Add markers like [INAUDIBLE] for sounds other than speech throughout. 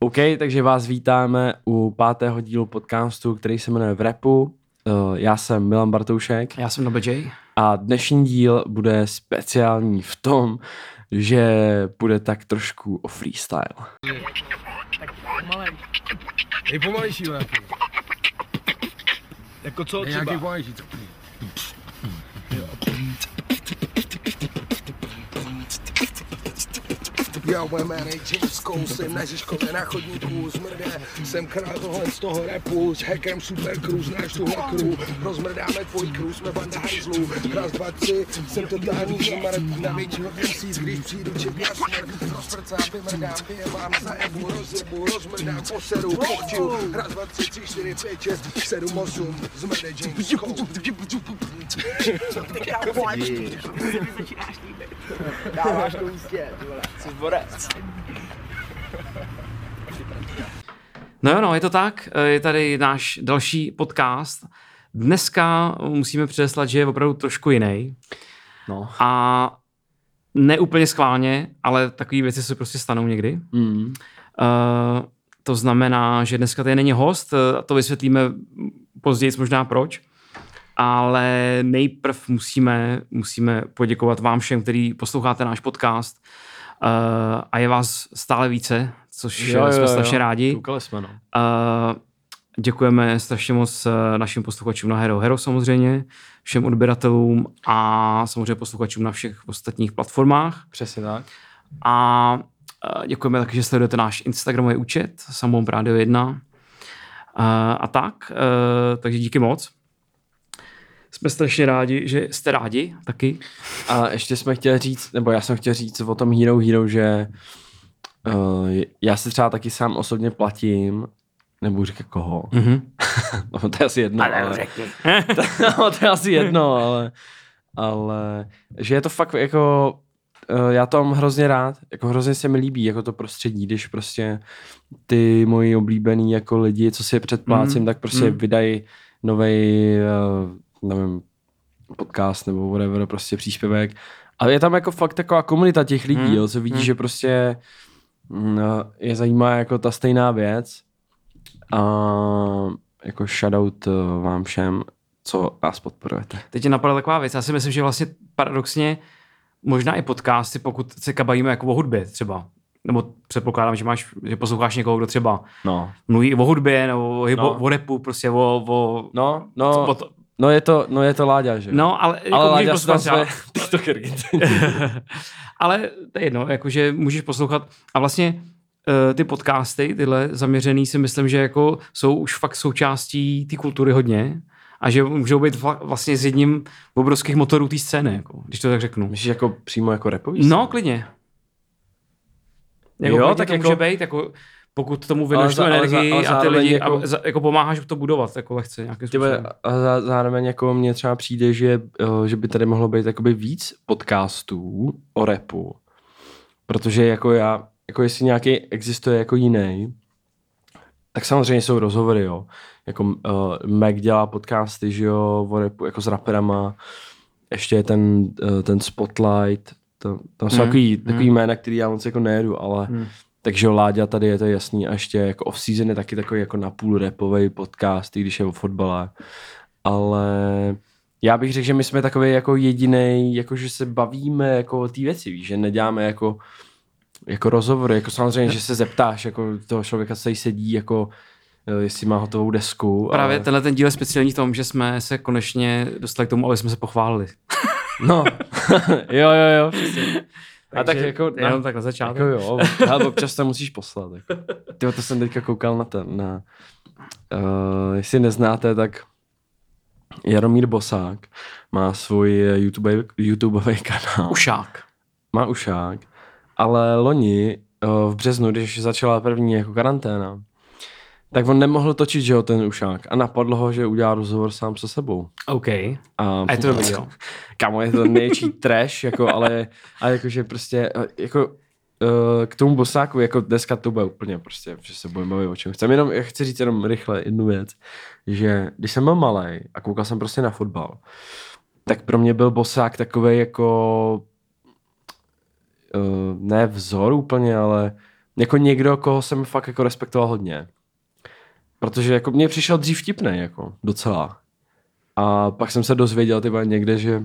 OK, takže vás vítáme u pátého dílu podcastu, který se jmenuje V repu. Eh, Já jsem Milan Bartoušek Já jsem Nobejay. a dnešní díl bude speciální v tom, že bude tak trošku o freestyle. Nejpomalejší nějaký. Jako co Nějaký třeba? pomalejší. Já budeme nejčínskou, jsem na Žižkově na chodníku, zmrde, jsem král tohle z toho repu, s hackem super crew, znáš tuhle crew, rozmrdáme tvojí crew, jsme banda hajzlů, raz, dva, tři, jsem totální zmrt, na většinu měsíc, když přijdu čip na smrt, rozprcám, vymrdám, vyjevám, zajebu, rozjebu, rozmrdám, poseru, pochču, raz, dva, tři, tři, čtyři, pět, šest, sedm, osm, zmrde džínskou. No jo, no, je to tak. Eh, Je tady náš další podcast. Dneska musíme předeslat, že je opravdu trošku jiný. No. A ne úplně schválně, ale takové věci se prostě stanou někdy. Mm. Eh, to znamená, že dneska tady není host, eh, to vysvětlíme později možná proč. Ale nejprv musíme, musíme poděkovat vám všem, který posloucháte náš podcast eh, a je vás stále více, což jo, jsme jo, strašně jo. rádi. Koukali jsme, no. Eh, Děkujeme strašně moc eh, našim posluchačům na Hero Hero samozřejmě, všem odběratelům a samozřejmě posluchačům na všech ostatních platformách. Přesně tak. A eh, děkujeme taky, že sledujete náš Instagramový účet, samou Radio 1. Eh, A tak, eh, takže díky moc. Jsme strašně rádi, že jste rádi taky. A ještě jsme chtěli říct, nebo já jsem chtěl říct o tom Hero Hero, že uh, já si třeba taky sám osobně platím, nebudu říkat koho, Mm-hmm. [LAUGHS] no, to je asi jedno. Ale [LAUGHS] no, to je asi jedno, ale, ale že je to fakt jako, eh, já to mám hrozně rád, jako hrozně se mi líbí jako to prostředí, když prostě ty moji oblíbený jako lidi, co si je předplácím, Mm, mm. tak prostě mm. mm. vydají novej, eh, nevím, podcast nebo whatever, prostě příspěvek. A je tam jako fakt taková komunita těch lidí, Mm, mm. jo, co vidí, mm. mm. že prostě no, je zajímá jako ta stejná věc. A jako shoutout eh, vám všem, co nás podporujete. Teď je napadla taková věc. Já si myslím, že vlastně paradoxně možná i podcasty, pokud se kabajíme jako o hudbě třeba. Nebo předpokládám, že, máš, že posloucháš někoho, kdo třeba No. mluví i o hudbě nebo o, no. No. o repu, prostě o... o No, co- no, o to, no je to, no je to Láďa, že jo? no, ale, ale můžeš Láďa si tam poslouchat třeba- své [LAUGHS] tiktokerky. [LAUGHS] Ale to je jedno, jakože můžeš poslouchat a vlastně eh, ty podcasty, tyhle zaměřený si myslím, že jako jsou už fakt součástí té kultury hodně a že můžou být vla- vlastně s jedním obrovských motorů té scény, jako, když to tak řeknu. Myslíš jako přímo jako repový? No, klidně. Jako, Jo, jo, tak tak to jako- může být, jako, pokud tomu věnuješ tu za- ale za- energii ale a ty zároveň lidi jako- a, za, jako pomáháš to budovat jako lehce nějakým Tybe, způsobem. a zá, zároveň jako mně třeba přijde, že, eh, že by tady mohlo být jakoby víc podcastů o repu. Protože jako já, jako jestli nějaký existuje jako jiný, tak samozřejmě jsou rozhovory, jo. Jako uh, Mac dělá podcasty, že jo, o repu, jako s raperama. Ještě je ten, uh, ten Spotlight, to, tam jsou Mm, mm. takový, takový mm. jména, který já moc jako nejedu, ale Mm. mm. takže jo, Láďa tady je to jasný a ještě jako off-season je taky takový jako napůl repový podcast, i když je o fotbale. Ale já bych řekl, že my jsme takový jako jediný, jako že se bavíme jako o té věci, víš, že neděláme jako jako rozhovory, jako samozřejmě, že se zeptáš jako toho člověka, co tady sedí, jako eh, jestli má hotovou desku. Právě ale... tenhle ten díl je speciální v tom, že jsme se konečně dostali k tomu, aby jsme se pochválili. No, [LAUGHS] jo, jo, jo, [LAUGHS] přesně. A tak jako, na, jenom tak na začátku. jako jo, ale občas to musíš poslat. Jako. Tyjo, to jsem teďka koukal na ten, na, uh, jestli neznáte, tak Jaromír Bosák má svůj eh, YouTube, [LAUGHS] YouTubeový kanál. Ušák. Má ušák, ale loni eh, v březnu, když začala první jako karanténa, tak on nemohl točit, že jo, ten ušák. A napadlo ho, že udělá rozhovor sám se sebou. OK. A A, je to dobrý, jo. Kamo, je to největší trash, jako, ale, ale jakože prostě, eh, jako eh, k tomu bosáku, jako dneska to bude úplně prostě, že se budeme bavit o čem chcem. Jenom, já chci říct jenom rychle jednu věc, že když jsem byl malý a koukal jsem prostě na fotbal, tak pro mě byl bosák takový jako uh, ne vzor eh, úplně, ale jako někdo, koho jsem fakt jako respektoval hodně. Protože jako mě přišel dřív vtipný, jako docela. A pak jsem se dozvěděl tyba někde, že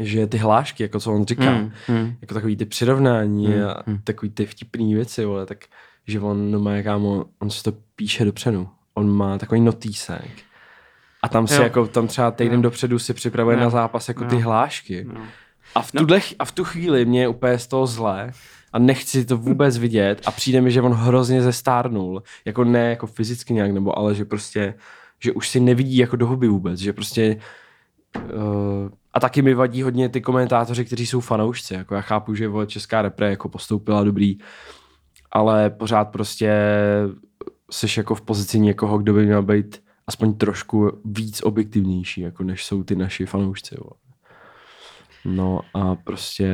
že ty hlášky, jako co on říká, Hmm, hmm. jako takový ty přirovnání a takový ty vtipný věci, vole, tak že on no má kámo, on si to píše dopředu. On má takový notýsek. A tam si Jo. jako, tam třeba týden Jo. dopředu si připravuje Jo. na zápas jako ty Jo. hlášky. No. A v, tuhle, a v tu chvíli mě je úplně z toho zlé a nechci to vůbec vidět a přijde mi, že on hrozně zestárnul. Jako ne jako fyzicky nějak, nebo ale že prostě, že už si nevidí jako do huby vůbec, že prostě uh, a taky mi vadí hodně ty komentátoři, kteří jsou fanoušci. Jako já chápu, že vole, česká repre jako postoupila dobrý, ale pořád prostě seš jako v pozici někoho, kdo by měl být aspoň trošku víc objektivnější, jako než jsou ty naši fanoušci. Vole. No a prostě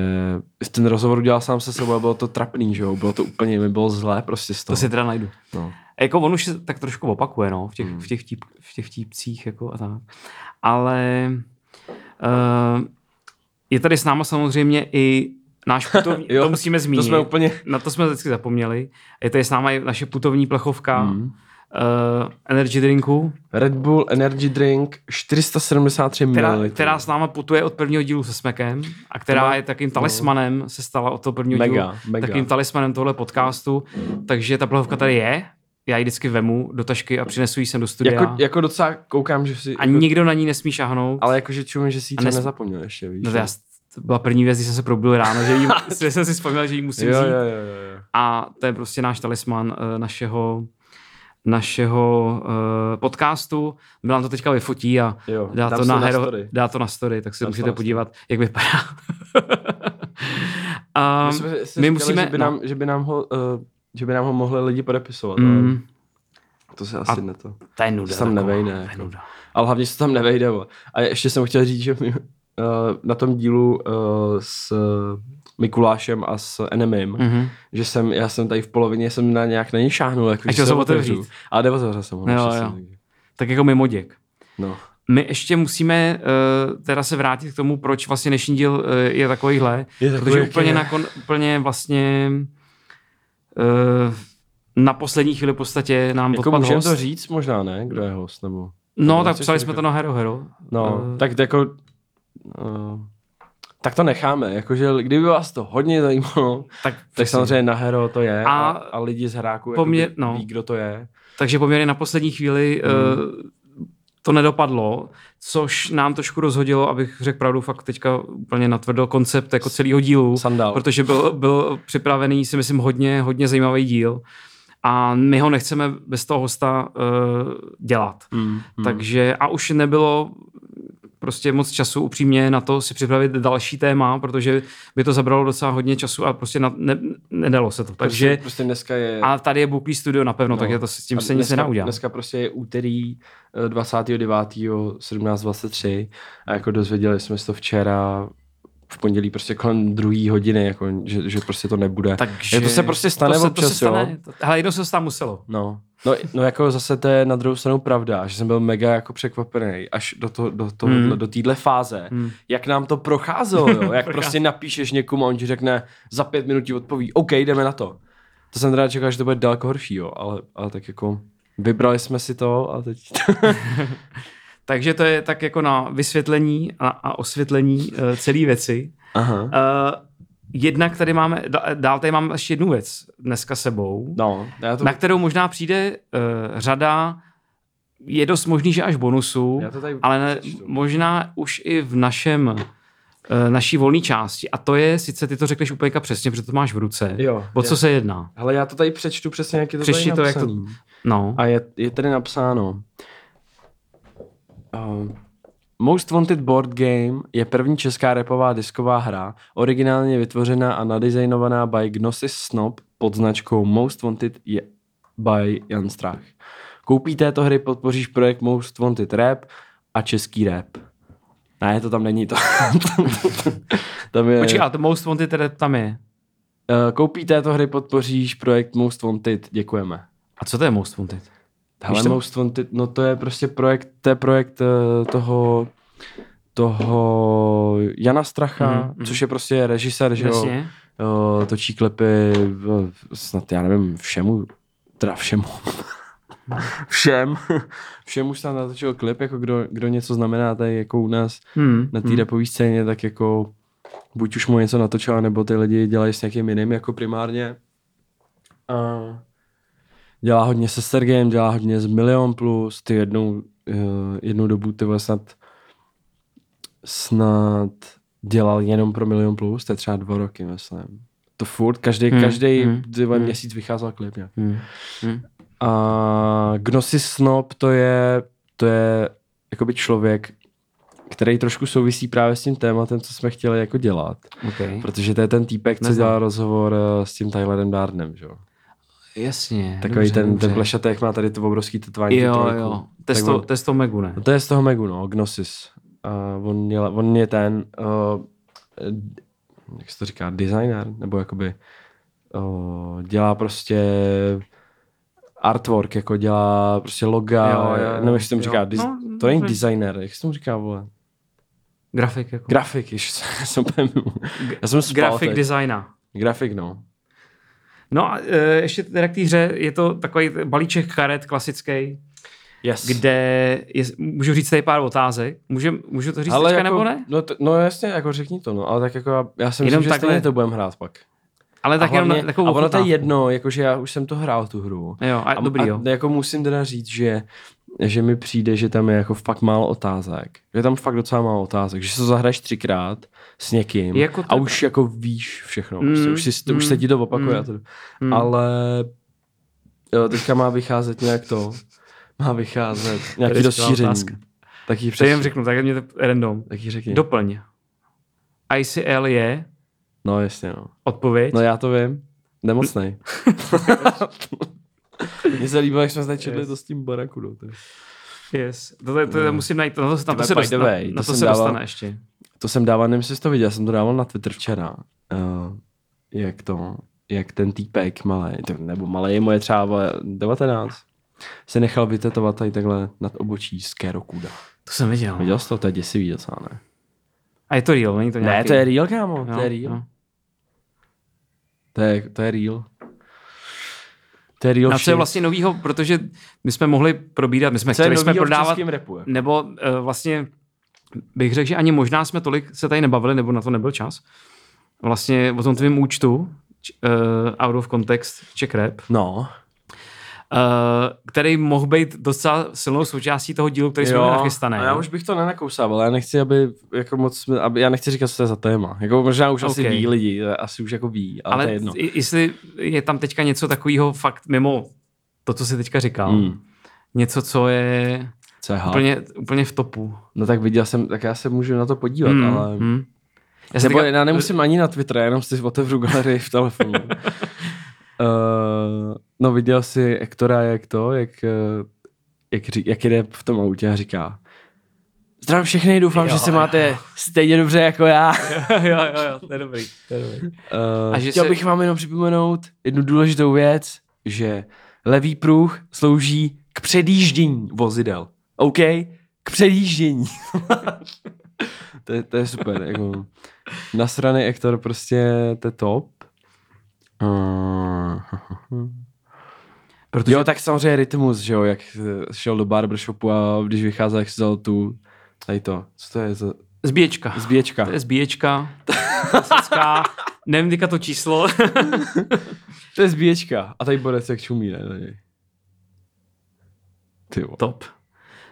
ten rozhovor udělal sám se sebou a bylo to trapný, že jo? Bylo to úplně, mi bylo zlé prostě z To toho. si teda najdu. no. A Jako on už se tak trošku opakuje, no, v těch, v těch, típ, v těch típcích, jako a tak. Ale uh, je tady s náma samozřejmě i [LAUGHS] náš putovní, Jo, to musíme zmínit. To jsme úplně... Na to jsme vždycky zapomněli. Je tady s náma i naše putovní plechovka mm. uh, energy drinku, Red Bull Energy Drink 473 která, ml. která s náma putuje od prvního dílu se Smekem a která je takým talismanem, se stala od toho prvního No. Mega, dílu, mega. takým talismanem tohle podcastu. Takže ta plechovka tady je, já ji vždycky vemu do tašky a přinesu ji sem do studia. Jako, jako docela koukám, že si... A nikdo na ní nesmí šáhnout. Ale jakože čumím, že si ji A třeba nes- nezapomněl ještě, víš? No to, já, to byla první věc, když jsem se probudil ráno, že, jí, [LAUGHS] že jsem si vzpomněl, že ji musím jo, vzít. jo, jo, jo, jo. A to je prostě náš talisman eh, našeho našeho uh, podcastu. Milan to teďka vyfotí a Jo, dá, dám to si na na hero, story. dá to na story, tak se Dám to můžete na story. podívat, jak vypadá. [LAUGHS] a My, Um, my, jsme si říkali, musíme... Že by, no, nám, že, by nám ho, uh, že by nám ho mohli lidi podepisovat, mm. ale mm, to se asi A- ne to. to je nuda. se tam taková, nevejde, To je jako. nuda. Ale hlavně se tam nevejde. Bo. A ještě jsem chtěl říct, že my, uh, na tom dílu uh, s Mikulášem a s Enemim, mm. Mhm. že jsem, já jsem tady v polovině, jsem na nějak na něj šáhnul, jako, A že chtěl se jsem otevřu. otevřít. Ale neotevřel jsem ho. Jo, naštěstí, jo. takže. Tak jako mimoděk. No. My ještě musíme uh, teda se vrátit k tomu, proč vlastně dnešní díl uh, je takovýhle. Je takový, protože jaký úplně, je. na kon, úplně vlastně uh, na poslední chvíli v podstatě nám jako Jako odpadl můžeme host. to říct možná, ne? Kdo je host? Nebo... no, Nebo tak chceš psali to jsme říkat? to na Hero Hero. No, Eh, tak jako... Uh, tak to necháme, jakože kdyby vás to hodně zajímalo, tak, tak samozřejmě na hero to je a, A- a lidi z hráku poměr- poměr, no. ví, kdo to je. Takže poměrně na poslední chvíli uh, to nedopadlo, což nám trošku rozhodilo, abych řekl pravdu, fakt teďka úplně natvrdo koncept jako celého dílu. Sandál. protože byl, byl připravený, si myslím, hodně, hodně zajímavý díl a my ho nechceme bez toho hosta uh, dělat. Hmm, hmm. Takže a už nebylo prostě moc času upřímně na to si připravit další téma, protože by to zabralo docela hodně času a prostě na, ne, nedalo se to. Takže prostě, prostě dneska je... a tady je Bookley Studio napevno, no, no, takže to s tím a se nic dneska, neudělá. Dneska prostě je úterý eh, 29. 17.23 a jako dozvěděli jsme se to včera v pondělí prostě kolem druhé hodiny, jako, že, že prostě to nebude. Takže Je, to se prostě stane to se, občas, to se stane, jo? To, hele, jednou se to tam muselo. No. No, no jako zase to je na druhou stranu pravda, že jsem byl mega jako překvapený až do, to, do, to, Hmm. hmm. do téhle fáze, Hmm. hmm. jak nám to procházelo, jo? jak [LAUGHS] Procházelo. prostě napíšeš někomu a on ti řekne za pět minut ti odpoví, OK, jdeme na to. To jsem teda čekal, že to bude daleko horší, jo, ale, ale tak jako vybrali jsme si to a [LAUGHS] teď... Takže to je tak jako na vysvětlení a, a osvětlení uh, celé věci. Aha. Uh, jednak tady máme, da- dál tady máme ještě jednu věc dneska sebou, No, já to, na kterou možná přijde uh, řada, je dost možný, že až bonusu, já to tady... ale ne, přečtu. možná už i v našem eh, naší volné části. A to je, sice ty to řekneš úplně jako přesně, protože to máš v ruce. Jo, o co já- se jedná? Hele, já to tady přečtu přesně, jak je to Přečti tady to, jak to- napsaný. No. A je, je tady napsáno. Uh, Most Wanted Board Game je první česká repová disková hra, originálně vytvořená a nadizajnovaná by Gnosis Snob pod značkou Most Wanted je by Jan Strach. Koupí této hry podpoříš projekt Most Wanted Rap a český rap. Ne, to tam není to. [LAUGHS] tam je... Počkej, a to Most Wanted teda tam je. Eh, Koupí této hry podpoříš projekt Most Wanted. Děkujeme. A co to je Most Wanted? Víš Hele, to? Most Wanted, no to je prostě projekt, to je projekt eh, toho, toho Jana Stracha, Mhm, mhm. což je prostě režisér, že jo, Jasně. eh, točí klipy v- snad, já nevím, všemu, teda všemu. [LAUGHS] Všem. Všem už tam natočil klip, jako kdo, kdo něco znamená tady jako u nás Hmm. na té hmm. rapové scéně, tak jako buď už mu něco natočila, nebo ty lidi dělají s někým jiným jako primárně. A dělá hodně se Sergejem, dělá hodně z Milion Plus, ty jednou, eh, jednou dobu ty vole snad snad dělal jenom pro Milion Plus, to je třeba dva roky, myslím. To furt, každý, Hmm, hmm. každý hmm, hmm. hmm. měsíc vycházel klip nějak. Hmm. A Gnosis Snob to je, to je jakoby člověk, který trošku souvisí právě s tím tématem, co jsme chtěli jako dělat. Okay. Protože to je ten týpek, co Hm? Neznám. dělá rozhovor eh, s tím Tylerem Darnem, že? jo? Jasně. Takový dobře, ten, dobře. ten plešatek má tady to obrovský tetování. tu Jo, trojku. jo. Tak Testo, on- testo Megu, ne? No to je z toho Megu, no, Gnosis. A on, je, on je ten, uh, jak se to říká, designer, nebo jakoby uh, dělá prostě artwork, jako dělá prostě loga, Jo, jo, jo. nebo jak se tomu Jo. říká, dis- No, to není dobře. designer, jak se tomu říká, vole? Grafik jako. Grafik, ještě, [LAUGHS] já jsem úplně mimo. Já jsem spal Grafik teď. designa. Grafik, no. No a e, ještě teda k té hře, je to takový balíček karet klasický, Yes. kde je, můžu říct tady pár otázek. Můžu, můžu to říct Ale teďka, jako, nebo ne? No, to, no jasně, jako řekni to, no, ale tak jako já, já si myslím, Jenom že takhle. stejně to budeme hrát pak. Ale tak a, hlavně, jenom na, takovou a ono to je ochutnávku. jedno, jakože já už jsem to hrál tu hru. Jo, a, A, dobrý, jo. a jako musím teda říct, že, že mi přijde, že tam je jako fakt málo otázek. Že je tam fakt docela málo otázek. Že se to zahraješ třikrát s někým Jako jako to- a už jako víš všechno. Mm, Mm, prostě, už, si, to, už mm, se ti to opakuje. mm, a to, Ale jo, teďka má vycházet nějak to. Má vycházet nějaký je skvělá rozšíření. otázka. Tak ji To přes, jim řeknu, tak mě to random. tak ji řekni. Doplň. ICL je No jasně, no. odpověď. No já to vím. [LAUGHS] Nemocnej. Mně se líbilo, jak jsme zde četli Yes. to s tím baraku. No, to je- Yes. To, to, to, to musím najít, na to, na to Tvé se, No. by dost, the na, way, na to to jsem se dával- dostane ještě. To jsem dával, nevím, jestli jsi to viděl, já jsem to dával na Twitter včera. Uh, jak to, jak ten týpek malý, nebo malý je moje třeba vole, 19, se nechal vytetovat tady takhle nad obočí z Kerokuda. To jsem viděl. Viděl jsi to? To je děsivý docela, ne? A je to real, není to nějaký? Ne, to je real, kámo, Jo, to je real. jo. no. To je, to je real. To je real No A co je shit. vlastně novýho, protože my jsme mohli probírat, my jsme co je chtěli jsme novýho v prodávat, českém repu? jako? nebo uh, vlastně bych řekl, že ani možná jsme tolik se tady nebavili, nebo na to nebyl čas. Vlastně o tom tvým účtu, uh, out of context, check rap, uh, No, který mohl být docela silnou součástí toho dílu, který jsme Jo, měli nachystaný. A já už bych to nenakousával, já nechci, aby jako moc, jsme- aby, já nechci říkat, co to je za téma. Jako možná už asi Ok. ví lidi, asi už jako ví, ale, ale to je Ale jedno. i- jestli je tam teďka něco takového fakt mimo to, co jsi teďka říkal, Hmm. něco, co je Co je hard. úplně, úplně v topu. No tak viděl jsem, tak já se můžu na to podívat, Hmm, ale... hmm. Já jsem Nebo teďka- já nemusím ani na Twitter, já jenom si otevřu galerii v telefonu. uh, no viděl jsi Ektora, jak to, jak, eh, jak, ří- jak jede v tom autě a říká Zdravím všechny, doufám, jo, že se máte stejně dobře jako já. [LAUGHS] jo, jo, jo, to je dobrý. To je dobrý. Uh, A a že že chtěl se- bych vám jenom připomenout jednu důležitou věc, že levý pruh slouží k předjíždění vozidel. OK? K předjíždění. [LAUGHS] to, je, to je super. Jako. Nasraný Ektor prostě to je top. Uh, Protože jo, tak samozřejmě rytmus, že jo, jak eh, šel do barbershopu a když vycházel, jak si dal tu, tady to, co to je za zbíječka. zbíječka. To je zbíječka. Klasická. Nevím, teďka [LAUGHS] to číslo. To je zbíječka. A tady borec jak čumí, ne? na něj. Ty vole. Top.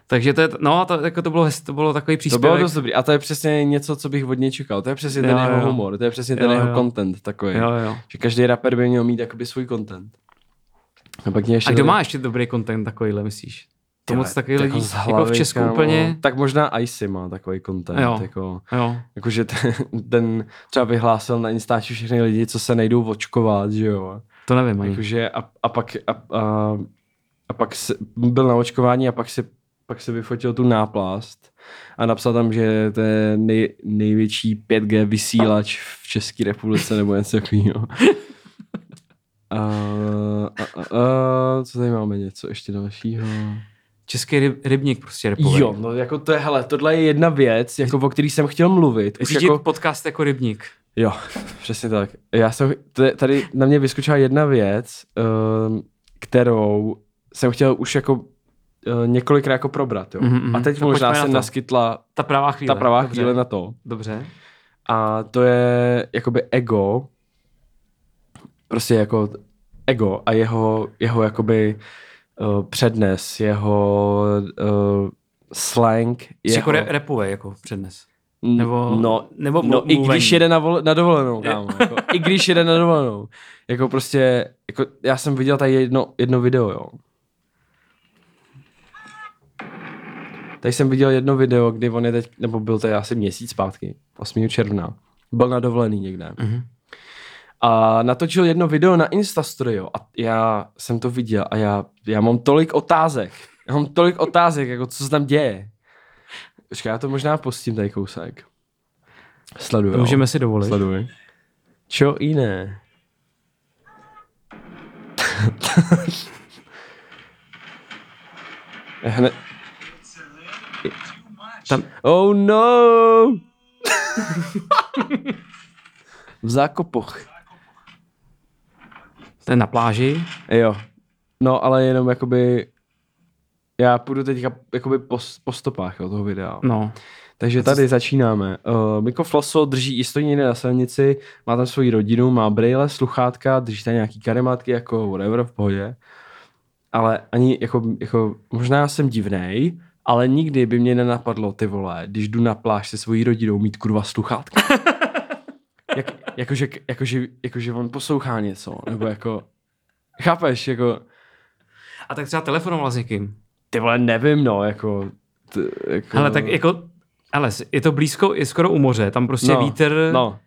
Takže to je, no a to, jako to, bylo, hezky, to bylo takový To příspěvek. bylo dost dobrý. A to je přesně něco, co bych od něj čekal. To je přesně ten Jo, jeho jo. humor, to je přesně Jo, ten jeho jo. content takový. Jo, jo. Že každý rapper by měl mít jakoby svůj content. A pak mě ještě A kdo tady- má ještě dobrý content takovýhle, myslíš? To Ty moc vole, takový lidí, z jako v hlavy, Česku kámo. úplně. Tak možná Icy má takový content. Jo. Jako, Jo. jakože ten, ten, třeba vyhlásil na Instači všechny lidi, co se nejdou očkovat, že jo. To nevím ani. Jakože a, a pak, a, a, a pak se, byl na očkování a pak se, pak se vyfotil tu náplast a napsal tam, že to je nej, největší 5G vysílač v České republice nebo něco takového. A, a, a, a, co tady máme něco ještě dalšího? Český ryb, rybník prostě repový. Jo, no jako to je, hele, tohle je jedna věc, jako o který jsem chtěl mluvit. Už Řídit jako, podcast jako rybník. Jo, [LAUGHS] přesně tak. Já jsem, t- tady na mě vyskočila jedna věc, ehm, kterou jsem chtěl už jako eh, několikrát jako probrat. Jo. Mhm, mhm. A teď Tak možná pojďme na se to. naskytla Ta pravá chvíle. ta pravá Dobře. chvíle na to. Dobře. A to je jakoby ego, prostě jako ego a jeho, jeho jakoby uh, přednes, jeho uh, slang. Jsi Jeho, jako re- repové jako přednes. N- nebo- no, nebo no i mluvení. když jede na, vol- na dovolenou, kámo, jako, i když jede na dovolenou. Jako prostě, jako já jsem viděl tady jedno, jedno video, jo. Tady jsem viděl jedno video, kdy on je teď, nebo byl to je asi měsíc zpátky, 8. června. Byl na dovolený někde. Mhm. Mm-hmm. A natočil jedno video na Instastory, jo. A já jsem to viděl a já, já mám tolik otázek. Já mám tolik otázek, jako co se tam děje. Počkej, já to možná postím tady kousek. Sleduju. To jo. můžeme si dovolit. Sleduj. Čo jiné? Hned. Tam- Oh no! v zákopoch. Ten na pláži. Jo. No, ale jenom jakoby... Já půjdu teďka jakoby po, po stopách jo, toho videa. No. Takže tady začínáme. Uh, Miko Flosso drží i stojí někde na silnici, má tam svoji rodinu, má brýle, sluchátka, drží tam nějaký karemátky, jako whatever, v pohodě. Ale ani, jako, jako možná jsem divnej, ale nikdy by mě nenapadlo, ty vole, když jdu na pláž se svojí rodinou, mít kurva sluchátka. Jak, jakože, jakože, jakože on poslouchá něco, nebo jako, chápeš, jako, A tak třeba telefonoval s někým. ty vole, nevím, no, jako, t, jako Hele, tak jako, ale je to blízko, je skoro u moře, tam prostě no, vítr no. no.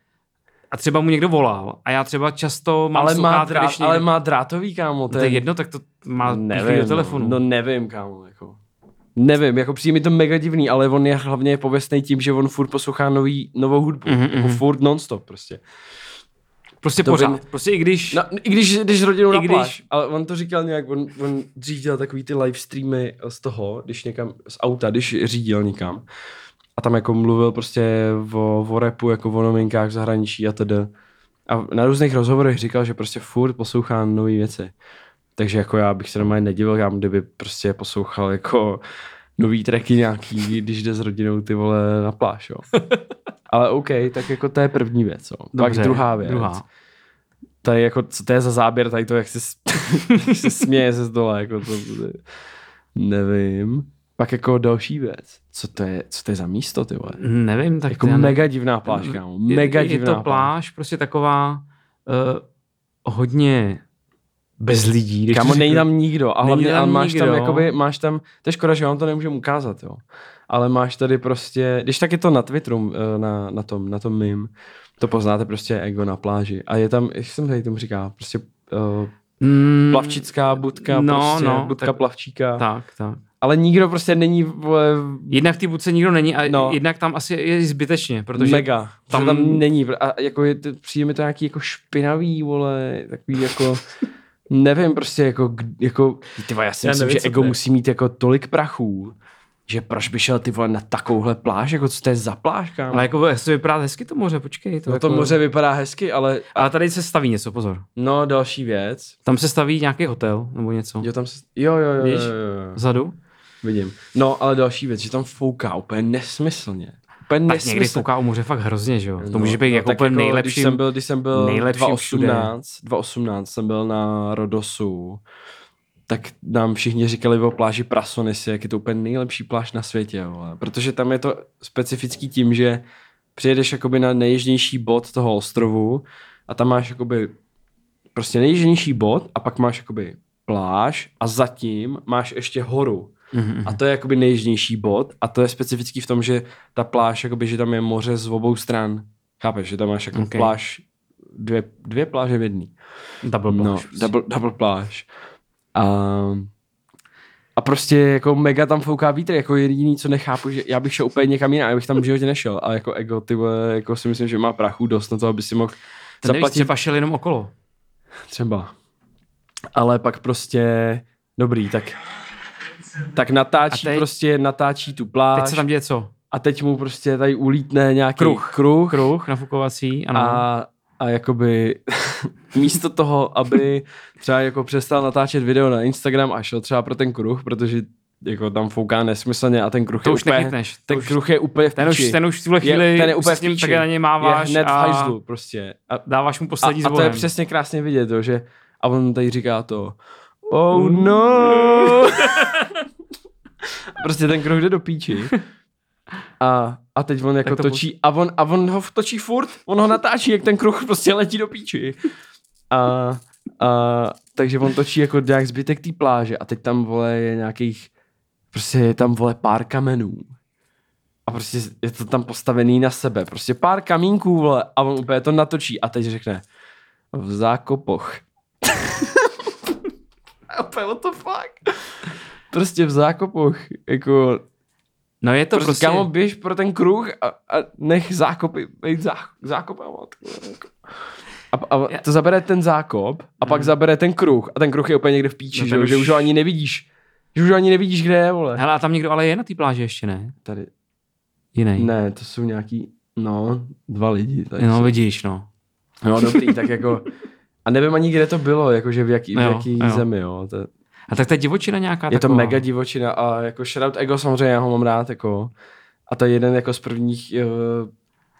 a třeba mu někdo volal. A já třeba často mám ale má, sluchátka, drát, když někdo- ale má drátový, kámo. To je jedno, tak to má nevím, nevím, do telefonu. No, no nevím, kámo. Jako. Nevím, jako přijde mi to mega divný, ale on je hlavně pověstný tím, že on furt poslouchá nový, novou hudbu. Mhm, Mm-hmm. Jako furt nonstop prostě. prostě to pořád. by- Prostě i když... No, I když, když rodinu I na když- pláž, ale on to říkal nějak, on, on dřív dělal takový ty live streamy z toho, když někam, z auta, když řídil někam. A tam jako mluvil prostě o, o repu, jako o novinkách v zahraničí a tedy. A na různých rozhovorech říkal, že prostě furt poslouchá nové věci. Takže jako já bych se normálně nedivil, já kdyby prostě poslouchal jako nový tracky nějaký, když jde s rodinou ty vole na pláž, [LAUGHS] jo. Ale OK, tak jako to je první věc, jo. Pak druhá věc. No, Druhá. Tady jako, co to je za záběr, tady to, jak se, s- [LAUGHS] jak se směje se z dole, jako to, nevím. Pak jako další věc, co to je, co to je za místo, ty vole? Nevím, tak Jako já ne- mega divná pláž, kámo, mega je, je divná to pláž, prostě taková uh, hodně bez lidí. když Kámo, to není řeknu. tam nikdo. A Není hlavně tam a máš tam, nikdo. jakoby, máš tam, to je škoda, že vám to nemůžeme ukázat, jo. Ale máš tady prostě, když tak je to na Twitteru, eh, na, na tom, na tom mým, to poznáte prostě ego na pláži. A je tam, jak jsem tady tomu říká, prostě uh, Mm, plavčická budka, No, prostě, no, budka tak- plavčíka. Tak, tak. Ale nikdo prostě není, vole, Jednak v té budce nikdo není a No. no. jednak tam asi je zbytečně, protože... protože mega. Tam, tam- tam není, pr- a jako je, to- přijde mi to nějaký jako špinavý, vole, takový [LAUGHS] jako, nevím prostě, jako, k- jako ty vole, já si Já myslím, nevím, že co to ego je. musí mít jako tolik prachů, že proč by šel ty vole na takovouhle pláž, jako co to je za pláž, kámo? Ale jako jak to vypadá hezky to moře, počkej. To no jako... to moře vypadá hezky, ale Ale tady se staví něco, pozor. no další věc, Tam se staví nějaký hotel nebo něco. jo tam se, jo jo jo, jo, Víš? jo, jo. Vzadu. vidím, no ale další věc, že tam fouká úplně nesmyslně, úplně Tak někdy nesmyslně. kouká u moře fakt hrozně, že jo. To No, může být no, jako tak úplně Když nejlepší. jsem byl, když jsem byl nejlepším 2018, 2018 jsem byl na Rodosu, tak nám všichni říkali o pláži Prasonis, jak je to úplně nejlepší pláž na světě. Vole. Protože tam je to specifický tím, že přijedeš jakoby na nejjižnější bod toho ostrovu a tam máš jakoby prostě nejjižnější bod a pak máš jakoby pláž a zatím máš ještě horu. Mhm. A to je jakoby nejjižnější bod a to je specifický v tom, že ta pláž, jakoby, že tam je moře z obou stran. Chápeš, že tam máš jako Okay. okay. pláž, dvě, dvě pláže v jedný. Double No, no, double, double pláž. A, a prostě jako mega tam fouká vítr, jako jediný, co nechápu, že já bych šel úplně někam jinam, já bych tam v životě nešel. A jako ego, ty vole, jako si myslím, že má prachu dost na to, aby si mohl Ten nevíš, zaplatit třeba šel jenom okolo. Třeba. Ale pak prostě, dobrý, tak tak natáčí A teď, teď- prostě, natáčí tu pláž Teď se tam děje co? a a teď mu prostě tady ulítne nějaký Kruh. Mhm. kruh, Kruh nafukovací, ano. A... a, a jakoby [LAUGHS] místo toho, aby třeba jako přestal natáčet video na Instagram a šel třeba pro ten kruh, protože jako tam fouká nesmyslně a ten kruh To je už úplně, nechytneš, to ten už- kruh je úplně v Ten už, piči. ten už v tuhle chvíli je, ten je úplně s ním v piči. také na něj máváš je hned a v hajzlu prostě. A, a, dáváš mu poslední a to je zvonem. přesně krásně vidět, jo, že a on tady říká to oh no [LAUGHS] prostě ten kruh jde do píči. A, a teď on jako to to točí, a, on, a on ho točí furt, on ho natáčí, jak ten kruh prostě letí do píči. A, a takže on točí jako nějak zbytek té pláže a teď tam vole je nějakých, prostě je tam vole pár kamenů. A prostě je to tam postavený na sebe, prostě pár kamínků vole a on úplně to natočí a teď řekne v zákopoch. [LAUGHS] a úplně what the fuck? Prostě v zákopoch, jako No je to to prostě, prostě... kámo, běž pro ten kruh a, a nech zákopy, bejt zá, zákopama. ty vole, jako. A, a to zabere ten zákop a pak zabere ten kruh a ten kruh je úplně někde v píči, Mhm. No no, ten že, jo, že už- už ho ani nevidíš. Že už ho ani nevidíš, kde je, vole. Hele, a tam někdo ale je na té pláži ještě, ne? Tady, Jiný. ne, to jsou nějaký, no, dva lidi. Tady No jsou. vidíš, no. no dobrý, tak jako, a nevím ani, kde to bylo, jakože v jaký, v No jo, jaký no jo. zemi, jo. To, A tak ta divočina nějaká je to taková. No, mega divočina a jako shoutout Ego samozřejmě, já ho mám rád, jako. A to je jeden jako z prvních uh,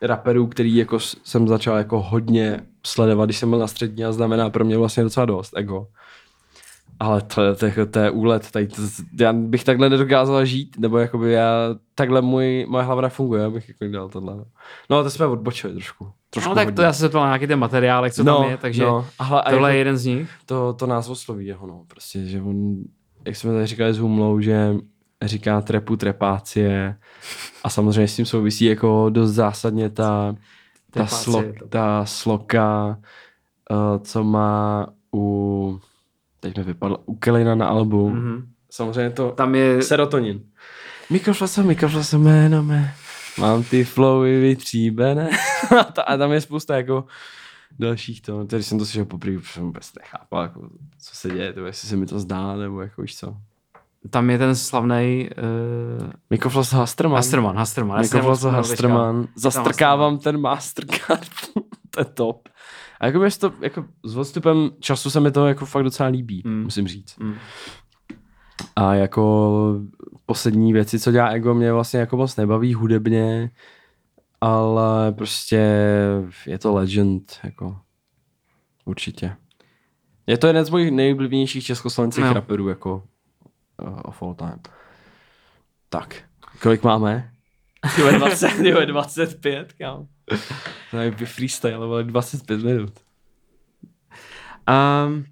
raperů, který jako s- jsem začal jako hodně sledovat, když jsem byl na střední a znamená pro mě vlastně docela dost Ego. Ale to, to, to, to je úlet, tady to, já bych takhle nedokázal žít, nebo jakoby já, takhle můj, moje hlava funguje, abych jako dělal tohle. no. No to jsme odbočili trošku. trošku No tak to hodně. já se zeptal na nějaký ten materiál, jak co no, tam je, takže no, a hla, a tohle jako- je jeden z nich. to, to nás osloví jeho, no, prostě, že on, jak jsme tady říkali s Humlou, že říká trepu trepácie a samozřejmě s tím souvisí jako dost zásadně ta, ta, Trepácie slok, je to. ta sloka, eh, co má u, teď mi vypadla, u Kelina na albu, mm-hmm. Mhm. samozřejmě to Tam je... serotonin. Mikroflasa, mikroflasa, jméname. Mám ty flowy vytříbené. [LAUGHS] a, ta, a tam je spousta jako dalších to. Tady jsem to slyšel poprvé, protože jsem vůbec nechápal, jako, co se děje, to, jestli se mi to zdá, nebo jako víš co. tam je ten slavný uh, Mikroflasa Hasterman. Hasterman, Hasterman. já si Mikroflasa nemůžu vzpomenout teďka. Hasterman. Zastrkávám ten Mastercard. [LAUGHS] to je top. A jako, běž to, jako s odstupem času se mi to jako fakt docela líbí, Mm. mm. musím říct. Mm. A jako poslední věci, co dělá Ego, mě vlastně jako moc nebaví hudebně, ale prostě je to legend, jako určitě. Je to jeden z mojich nejoblíbenějších československých No. no. raperů, jako uh, of all time. Tak, kolik máme? Tyhle 20, tyhle 25, kam? No, To je freestylovali 25 minut. Um,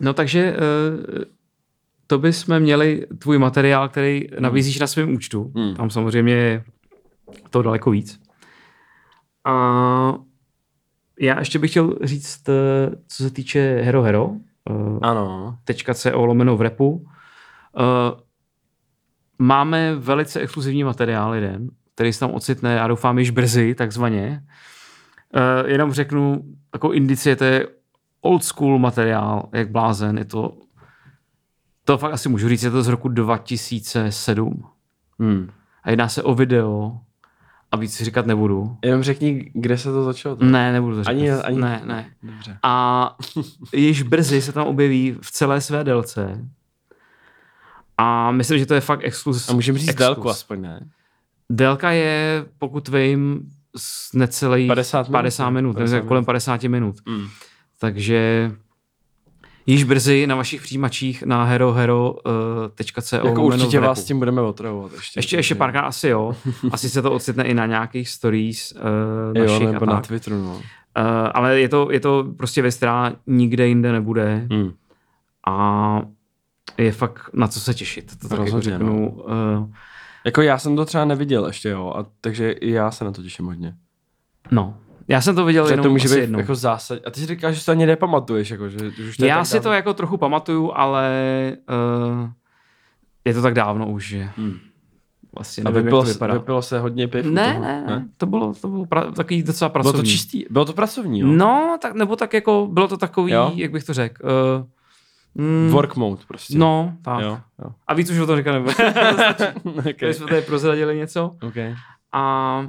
no takže uh, to by jsme měli tvůj materiál, který nabízíš na svém účtu. Hmm. Tam samozřejmě je to daleko víc. A já ještě bych chtěl říct, eh, co se týče Hero Hero, eh, Ano. .co lomeno v repu. Uh, máme velice exkluzivní materiál jeden, který se tam ocitne, já doufám, již brzy, takzvaně. Uh, jenom řeknu, jako indicie, to je old school materiál, jak blázen, je to, to fakt asi můžu říct, je to z roku 2007. Hmm. A jedná se o video a víc říkat nebudu. Jenom řekni, kde se to začalo. tak? Ne, nebudu to říkat. Ani- ani- Ne, ne. Dobře. [LAUGHS] A již brzy se tam objeví v celé své délce. A myslím, že to je fakt exkluz. A můžeme říct exkluz. délku aspoň, ne? Jako Délka je, pokud vím, s necelých 50 minut, 50 minut, 50 50 minut. kolem 50 minut. Mm. Takže již brzy na vašich přijímačích na herohero.co. Jako určitě lomeno vás v s tím budeme otravovat ještě. ještě, ještě Takže- párkrát asi jo. [LAUGHS] Asi se to ocitne i na nějakých stories uh, Jo, našich nebo a na tak. Twitteru, no. Eh, ale je to, je to prostě věc, která nikde jinde nebude. Mm. a je fakt na co se těšit. To tak jako Rozhodně, řeknu. No. Jako já jsem to třeba neviděl ještě, jo, a takže i já se na to těším hodně. no. Já jsem to viděl Že jenom to může asi být jednou. jako zásad. A ty si říkáš, že to ani nepamatuješ, jako, že už to je Já tak si to dávno. jako trochu pamatuju, ale uh, je to tak dávno už, že Hmm. vlastně A nevím, vypilo, jak to se, vypadá. vypilo se hodně piv. u Ne, toho, ne, ne, to bylo, to bylo pra, takový docela Bylo pracovní. to čistý, bylo to pracovní, jo. No, tak, nebo tak jako, bylo to takový, Jo? jak bych to řekl, uh, Mm, Work mode prostě. No, tak. Jo, jo. A víc už o tom [LAUGHS] říkat nebo okay. okay. jsme tady prozradili něco. Okay. A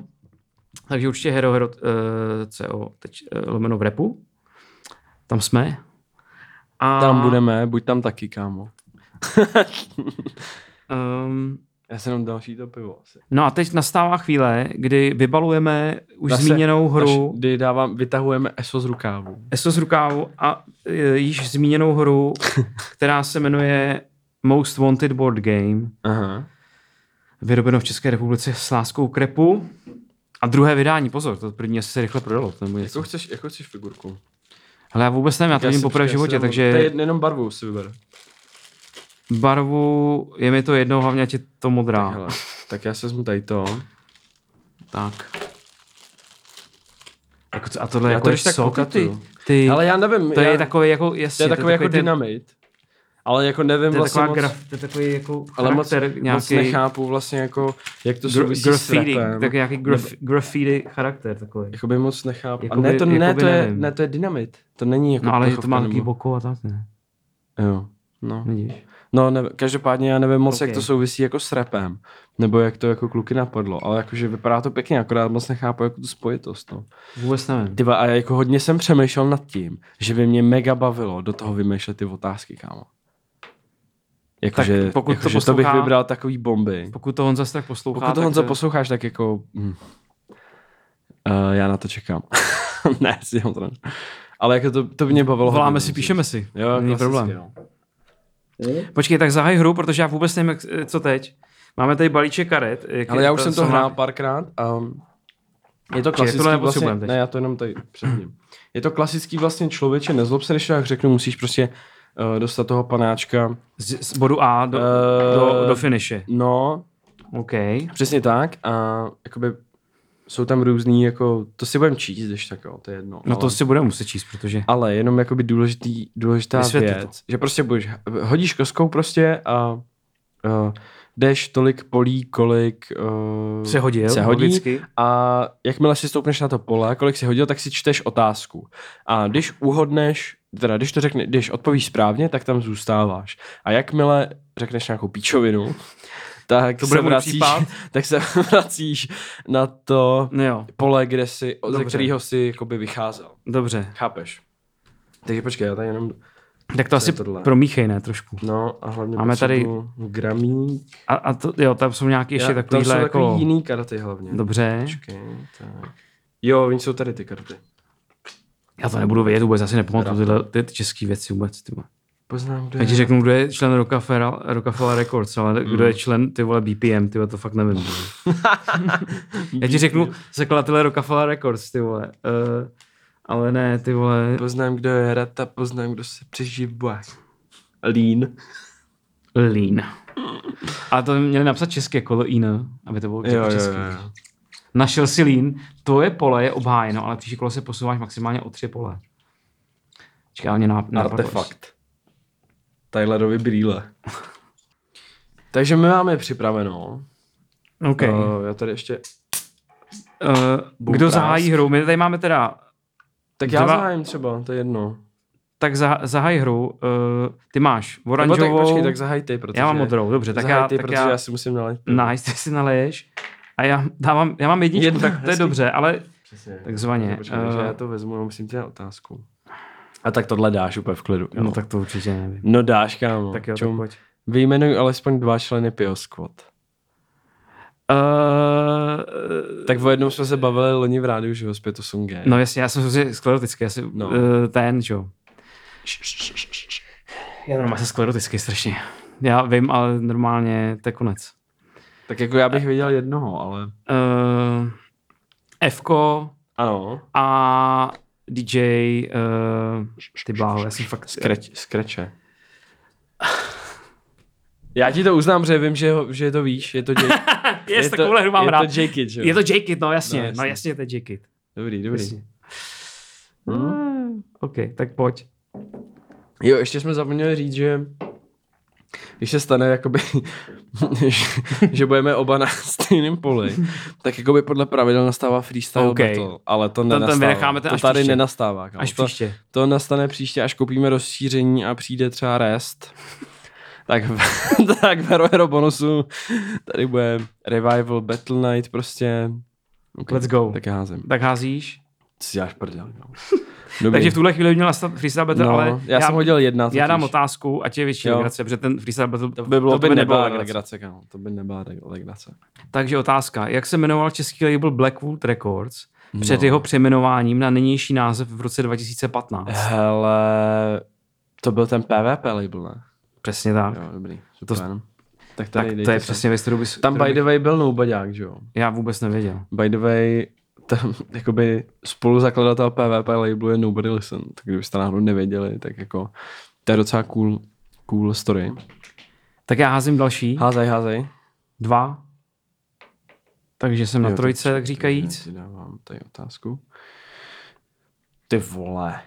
takže určitě Hero Hero uh, CO teď, uh, lomeno v repu. Tam jsme. A, Tam budeme, buď tam taky, kámo. Um, Já jsem jenom další to pivo asi. no a teď nastává chvíle, kdy vybalujeme už Zase zmíněnou hru. Až, kdy dávám, vytahujeme ESO z rukávu. ESO z rukávu a e, již [LAUGHS] zmíněnou hru, která se jmenuje Most Wanted Board Game, Aha. vyrobeno v České republice s láskou krepu. A druhé vydání, pozor, to první asi se rychle prodalo. To nebo Jakou něco. Jako chceš, jakou chceš figurku? Hele, já vůbec nevím, já to Já vidím si- poprvé v počkej, já si životě, dám- takže no. To je jen- jenom barvu si vyber. barvu je mi to jedno, hlavně ať je to modrá. Hele, tak já se vezmu tady to. Tak. Jako co, a tohle Já jako to je když tak sok, ty, pokatuju. ty, Ale já nevím, to já, je takový jako, jasně, to je takový jako ten- dynamit. Ale jako nevím to je vlastně taková moc, graf, to je takový jako ale moc, charakter moc nějaký, nechápu vlastně jako, jak to Gr- souvisí graffiti, s rapem. Jako tak nějaký graf, graffiti charakter takový. Jakoby moc nechápu. Jakoby- a ne, to, ne, jakoby to je, nevím. ne, to je dynamit. To není jako No ale to plechovka má takový nebo- boko a tak ne. Jo. No. Vidíš? No, ne, každopádně já nevím moc, okay. Ok. jak to souvisí jako s repem, nebo jak to jako kluky napadlo, ale jakože vypadá to pěkně, akorát moc nechápu jako tu spojitost. No. Vůbec nevím. Tyba, a já jako hodně jsem přemýšlel nad tím, že by mě mega bavilo do toho vymýšlet ty otázky, kámo. Jakože Tak pokud pokud to jako, to, to bych poslouchá- vybral takový bomby. Pokud to Honza tak poslouchá, Pokud to tak, Honzo eh, posloucháš, tak jako... Hm. Uh, já na to čekám. [LAUGHS] ne, si dělám to. Ale jako to, to by mě bavilo. voláme hodně, si, musím píšeme říct. si. Jo, Není klasicky, no. problém. jo. Počkej, tak zahaj hru, protože já vůbec nevím, jak, eh, co teď. Máme tady balíček karet. jak Ale je já už jsem to co hrál má- párkrát a je to Čili klasický tohle vlastně, nepotřebujeme teď. ne, já to jenom tady před ním. Je to klasický vlastně člověče, nezlob se, když to tak řeknu, musíš prostě uh, dostat toho panáčka. Z, z bodu A do, Eh, do, do finiše. No, OK. přesně tak a jakoby jsou tam různý, jako, to si budem číst, když tak, jo, to je jedno. No ale- to si budeme muset číst, protože... ale jenom jakoby důležitý, důležitá Vysvětli to. věc, že prostě budeš, hodíš koskou prostě a uh, jdeš tolik polí, kolik uh, Se hodil, se hodí logicky. a jakmile si stoupneš na to pole, kolik si hodil, tak si čteš otázku. A když uhodneš, teda když to řekne, když odpovíš správně, tak tam zůstáváš. A jakmile řekneš nějakou píčovinu, [LAUGHS] tak, To se bude můj vracíš, případ. [LAUGHS] tak se vracíš na to No jo, pole, kde jsi, ze Dobře. kterého jsi jakoby vycházel. dobře. Chápeš. Takže počkej, já tady jenom... Tak to asi tohle? promíchej, ne, trošku. No a hlavně Máme tady- potřebuju gramík. A, a to, jo, tam jsou nějaké ještě Já- tam jsou takovýhle jako... takový jiný karty hlavně. Dobře. Počkej, tak. Jo, oni jsou tady ty karty. Já to nebudu vědět vůbec, asi nepamatuju Pravda. tyhle ty české věci vůbec. Ty vole. Poznám, kdo Já ti je. řeknu, kdo je člen Rockefeller, Rockefeller Records, ale Hmm. kdo je člen, ty vole, BPM, ty vole, to fakt [LAUGHS] nevím. ty vole. Já ti řeknu, zakladatelé Rockefeller Records, ty vole. Uh, ale ne, ty vole, Poznám, kdo je rata, poznám, kdo se přežívá. Lean. Lean. A to měli napsat jako české kolo Ina, aby to bylo Jo, jo, český. jo, jo. Našel si Lean, tvoje pole je obhájeno, ale příští kolo se posouváš maximálně o tři pole. Čeká mě na, na Artefakt. Tylerovi brýle. Takže my máme připraveno. Okay. Uh, Uh, já tady ještě... uh, kdo Bumprásk. zahájí hru? My tady máme teda Tak já Dva- zahájím třeba, to je jedno. tak za, zahaj hru. Uh, ty máš Nebo tak oranžovou. počkej, tak zahaj ty, protože... já mám modrou, dobře. Tak Zahaj já, ty, tak protože já, já si musím nalít. nice, ty si naleješ. A já, dávám, já mám jedničku, Jedna, Jedna, tak to je hezky. dobře, ale Přesně. takzvaně. Počkej, takže eh, já to vezmu, já musím ti dát otázku. A tak tohle dáš úplně v klidu. no tak to určitě nevím. no dáš, kámo. Tak jo, tak Čum. pojď. Vyjmenuj alespoň dva členy Pio Squad. Uh, Tak o jednom jsme se bavili loni v rádiu, že jo, z 5G. no jasně, já jsem samozřejmě sklerotický, já si, No. no. uh, ten, čo? Já normálně jsem sklerotický strašně. Já vím, ale normálně to je konec. Tak jako já bych viděl jednoho, ale... Uh, Fko Ano. a DJ, uh, ty bláho, já jsem [LAUGHS] fakt... Skreč, skreče. Já ti to uznám, protože vím, že, ho, že to víš, je to Jake. [LAUGHS] Yes, je to, takovouhle hru mám je rád. to Jake, Kid, že jo? Je to J-Kid, no jasně, No, no jasně. jasně, no, jasně to je J-Kid. Dobrý, dobrý. Hm? Jasně. Hmm. OK, tak pojď. Jo, ještě jsme zapomněli říct, že když se stane jakoby [LAUGHS] že budeme oba na stejném poli, tak jako by podle pravidel nastává freestyle OK. okay. battle, ale to ten nenastává. vynecháme, ten to až tady příště. nenastává. Kámo. Až to, příště. to nastane příště, až koupíme rozšíření a přijde třeba rest. tak, [LAUGHS] tak Vero Hero bonusu tady bude Revival Battle Night prostě. Okay. Let's go. Tak já házím. Tak házíš. Co si děláš prdel. [LAUGHS] kámo. Dobrý. Takže v tuhle chvíli by měl nastat freestyle battle, No, ale já jsem hodil jedna Já totiž. dám otázku, ať je větší Jo. legrace, protože ten freestyle battle to by, bylo, to by nebyla nebyla legrace. legrace, kámo. To by nebyla leg- legrace. Takže otázka, jak se jmenoval český label Blackwood Records No. před jeho přejmenováním na nynější název v roce 2015? Eh. Hele, to byl ten PvP label, ne? Přesně tak. Jo, dobrý, To- super. To, tak tak tady to dejte je sem. přesně věc, kterou bys... Tam kterou by bych- the way byl Noubaďák, že jo? Já vůbec nevěděl. By the way, tam [LAUGHS] jakoby spoluzakladatel PvP labelu je Nobody Listen, tak kdybyste náhodou nevěděli, tak jako to je docela cool, cool story. Tak já házím další. Házej, házej. Dva. Takže jsem na Jo, tak trojce, čekej, tak já říkajíc. ti Dávám tady otázku. Ty [LAUGHS] vole.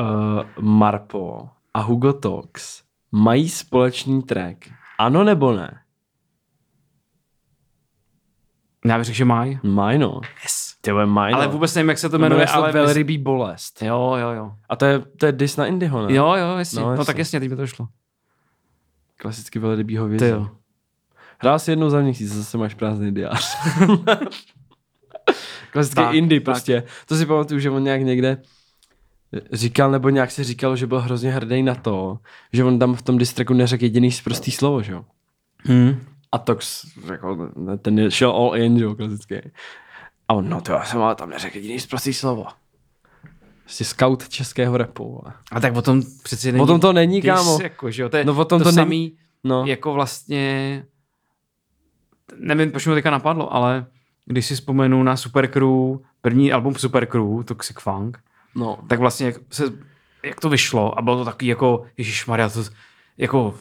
Uh, Marpo a Hugo Tox mají společný track. Ano nebo ne? Já bych řekl, že maj. Majno. Yes. Ty vole, Majno. Ale vůbec nevím, jak se to jmenuje, ale... velrybí bolest. Jo, jo, jo. A to je, to je dis na Indyho, ne? Jo, jo, jasně. No, No, jasně. tak jasně, teď mi to šlo. Klasicky velrybí hovězí. Ty jo. Hrál si jednou za měsíc, zase máš prázdný [LAUGHS] diář. Klasický Tak, indie tak. prostě. To si pamatuju, že on nějak někde říkal, nebo nějak si říkal, že byl hrozně hrdý na to, že on tam v tom distriku neřekl jediný sprostý slovo, že jo? Hmm. A Tox, jako, ten je- šel all in, že jo, klasický. A on, no to já jsem ale tam neřekl jediný sprostý slovo. Prostě scout českého rapu. vole. A tak o tom přeci není... O tom to není, dis, kámo. Jako, že jo, to je No, o tom to, to není- samý, No. jako vlastně, nevím, proč mi to teďka napadlo, ale když si vzpomenu na Supercrew, první album Supercrew, Toxic Funk, No, tak vlastně jak, se, jak to vyšlo a bylo to takový jako, Maria, to jako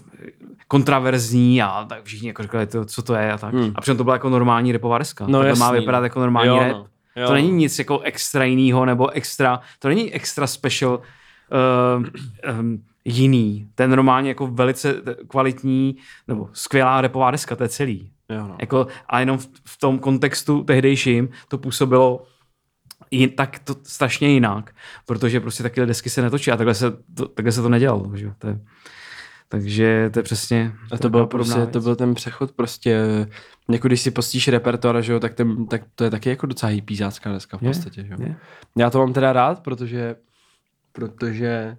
kontraverzní a tak všichni jako říkali, to, co to je a tak. Hmm. A přitom to byla jako normální repová deska. No No to má jasný. vypadat jako normální Jo, rap. no. Jo, To no. není nic jako extra jinýho nebo extra, to není extra special uh, um, jiný. Ten normálně jako velice t- kvalitní nebo skvělá repová deska, to je celý. jo, no. Jako, a jenom v, v tom kontextu tehdejším to působilo jin, tak to strašně jinak, protože prostě takové desky se netočí a takhle se to, takhle se to nedělalo. Že? jo. To je, takže to je přesně A to byl, taková podobná prostě, věc. to byl ten přechod prostě, jako když si postíš repertoár, že jo, tak, ten, tak to je taky jako docela hypízácká deska v Je, podstatě, že jo. je. Já to mám teda rád, protože, protože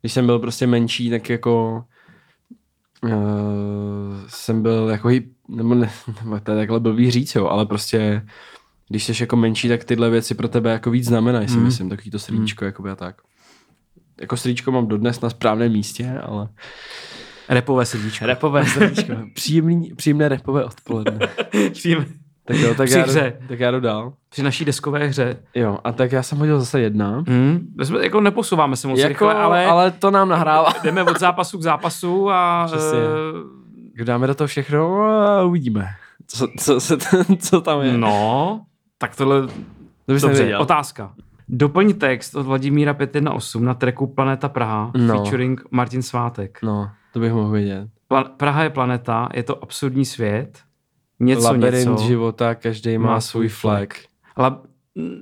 když jsem byl prostě menší, tak jako uh, jsem byl jako hip, nebo ne, [LAUGHS] nebo to je takhle blbý říct, jo, ale prostě když jsi jako menší, tak tyhle věci pro tebe jako víc znamenají, si Mm. myslím, takový to srdíčko, jakoby a tak. Jako srdíčko mám dodnes na správném místě, ale repové srdíčko. Repové [LAUGHS] [LAUGHS] srdíčko. Příjemný, příjemné repové odpoledne. Tak jo, tak, Při já, hře. jdu- tak já jdu dál. Při naší deskové hře Jo, a tak já jsem hodil zase jedna. Hmm, my jsme, jako neposouváme se moc jako, rychle, ale, ale ale to nám nahrává. jdeme od zápasu k zápasu a Přesně. eh, Dáme do toho všechno a uvidíme. Co, co, se t- co tam je. no, tak tohle to bys dobře, nevěděl. otázka. Doplň text od Vladimíra 518 na tracku Planeta Praha No. no. featuring Martin Svátek. No, to bych mohl vědět. Pla- Praha je planeta, je to absurdní svět, něco Labirint něco. života, každý má, Má svůj svůj flag. La-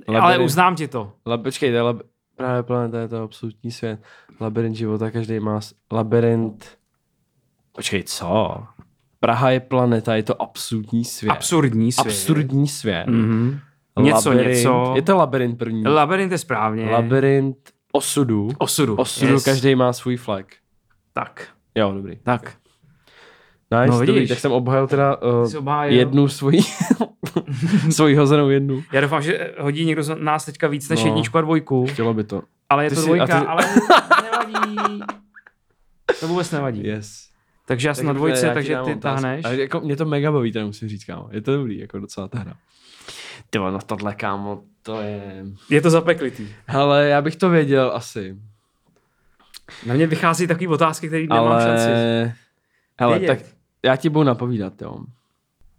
ale Labirint. uznám ti to. La, počkej, to je lab, právě planeta je to absolutní svět. Labirint života, každý má... s- Labirint... Počkej, co? Praha je planeta, je to absolutní svět. Absurdní svět. Absurdní svět. Mhm. Něco, Labirint. něco. Je to labirint první. Labirint je správně. Labirint osudu. Osudu. Osudu, Yes. každý má svůj flag. Tak, Jo, dobrý. tak. Nice, No, no, dobrý. vidíš. Tak jsem obhajil teda Ty jsi uh, obhájil. jednu svoji, [LAUGHS] svoji hozenou jednu. Já doufám, že hodí někdo z nás teďka víc než No. no. jedničku a dvojku, Chtělo by to. ale je Ty to jsi- dvojka, a ty- ale nevadí. [LAUGHS] To vůbec nevadí. Yes. Takže já jsem na dobře, dvojce, já ti takže dám ty otázku. tahneš. Ale jako, mě to mega baví, teda musím říct, kámo. Je to dobrý, jako docela ta hra. Ty vole, no tohle, kámo, to je... Je to zapeklitý. Hele, já bych to věděl asi. Na mě vychází takový otázky, který nemám ale... šanci. Hele, vědět. tak já ti budu napovídat, jo.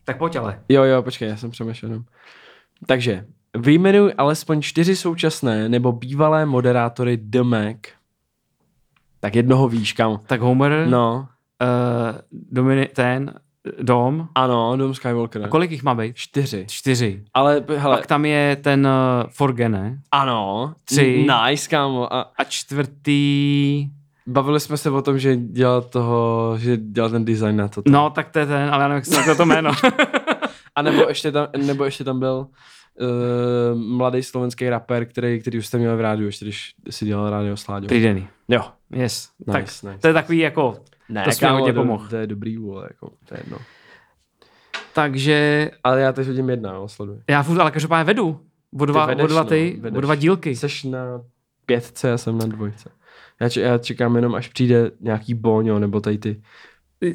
Tak pojď ale. Jo, jo, počkej, já jsem přemýšlel. jenom. Takže, vyjmenuj alespoň čtyři současné nebo bývalé moderátory The Mac. Tak jednoho víš, kam. Tak Homer, no. No, uh, Domini- ten, Dom. Ano, Dom Skywalker. A kolik jich má být? Čtyři. Čtyři. Ale, p- hele, Pak tam je ten uh, Forge, ne? ano, Tři. nice, kámo. A A čtvrtý... bavili jsme se o tom, že dělal toho, že dělal ten design na to. tam. No, tak to je ten, ale já nevím, jak se jmenuje [LAUGHS] to jméno. A nebo ještě tam, nebo ještě tam byl uh, mladý slovenský rapper, který, který už jste měl v rádiu, ještě když si dělal rádio s Láďou. Trideny. Jo, Yes. Nice, tak nice. to je takový jako... ne, to jsi mi hodně pomohl. to, to, je dobrý vole, jako, to je jedno. Takže Ale já teď hodím jedna, jo, sleduji. já furt, ale každopádně vedu. O dva, Ty vedeš, o vedeš, dva, no, ty, no, vedeš. o dva dílky. Jseš na pětce, já jsem na dvojce. Já, če- já čekám jenom, až přijde nějaký Boňo, nebo tady ty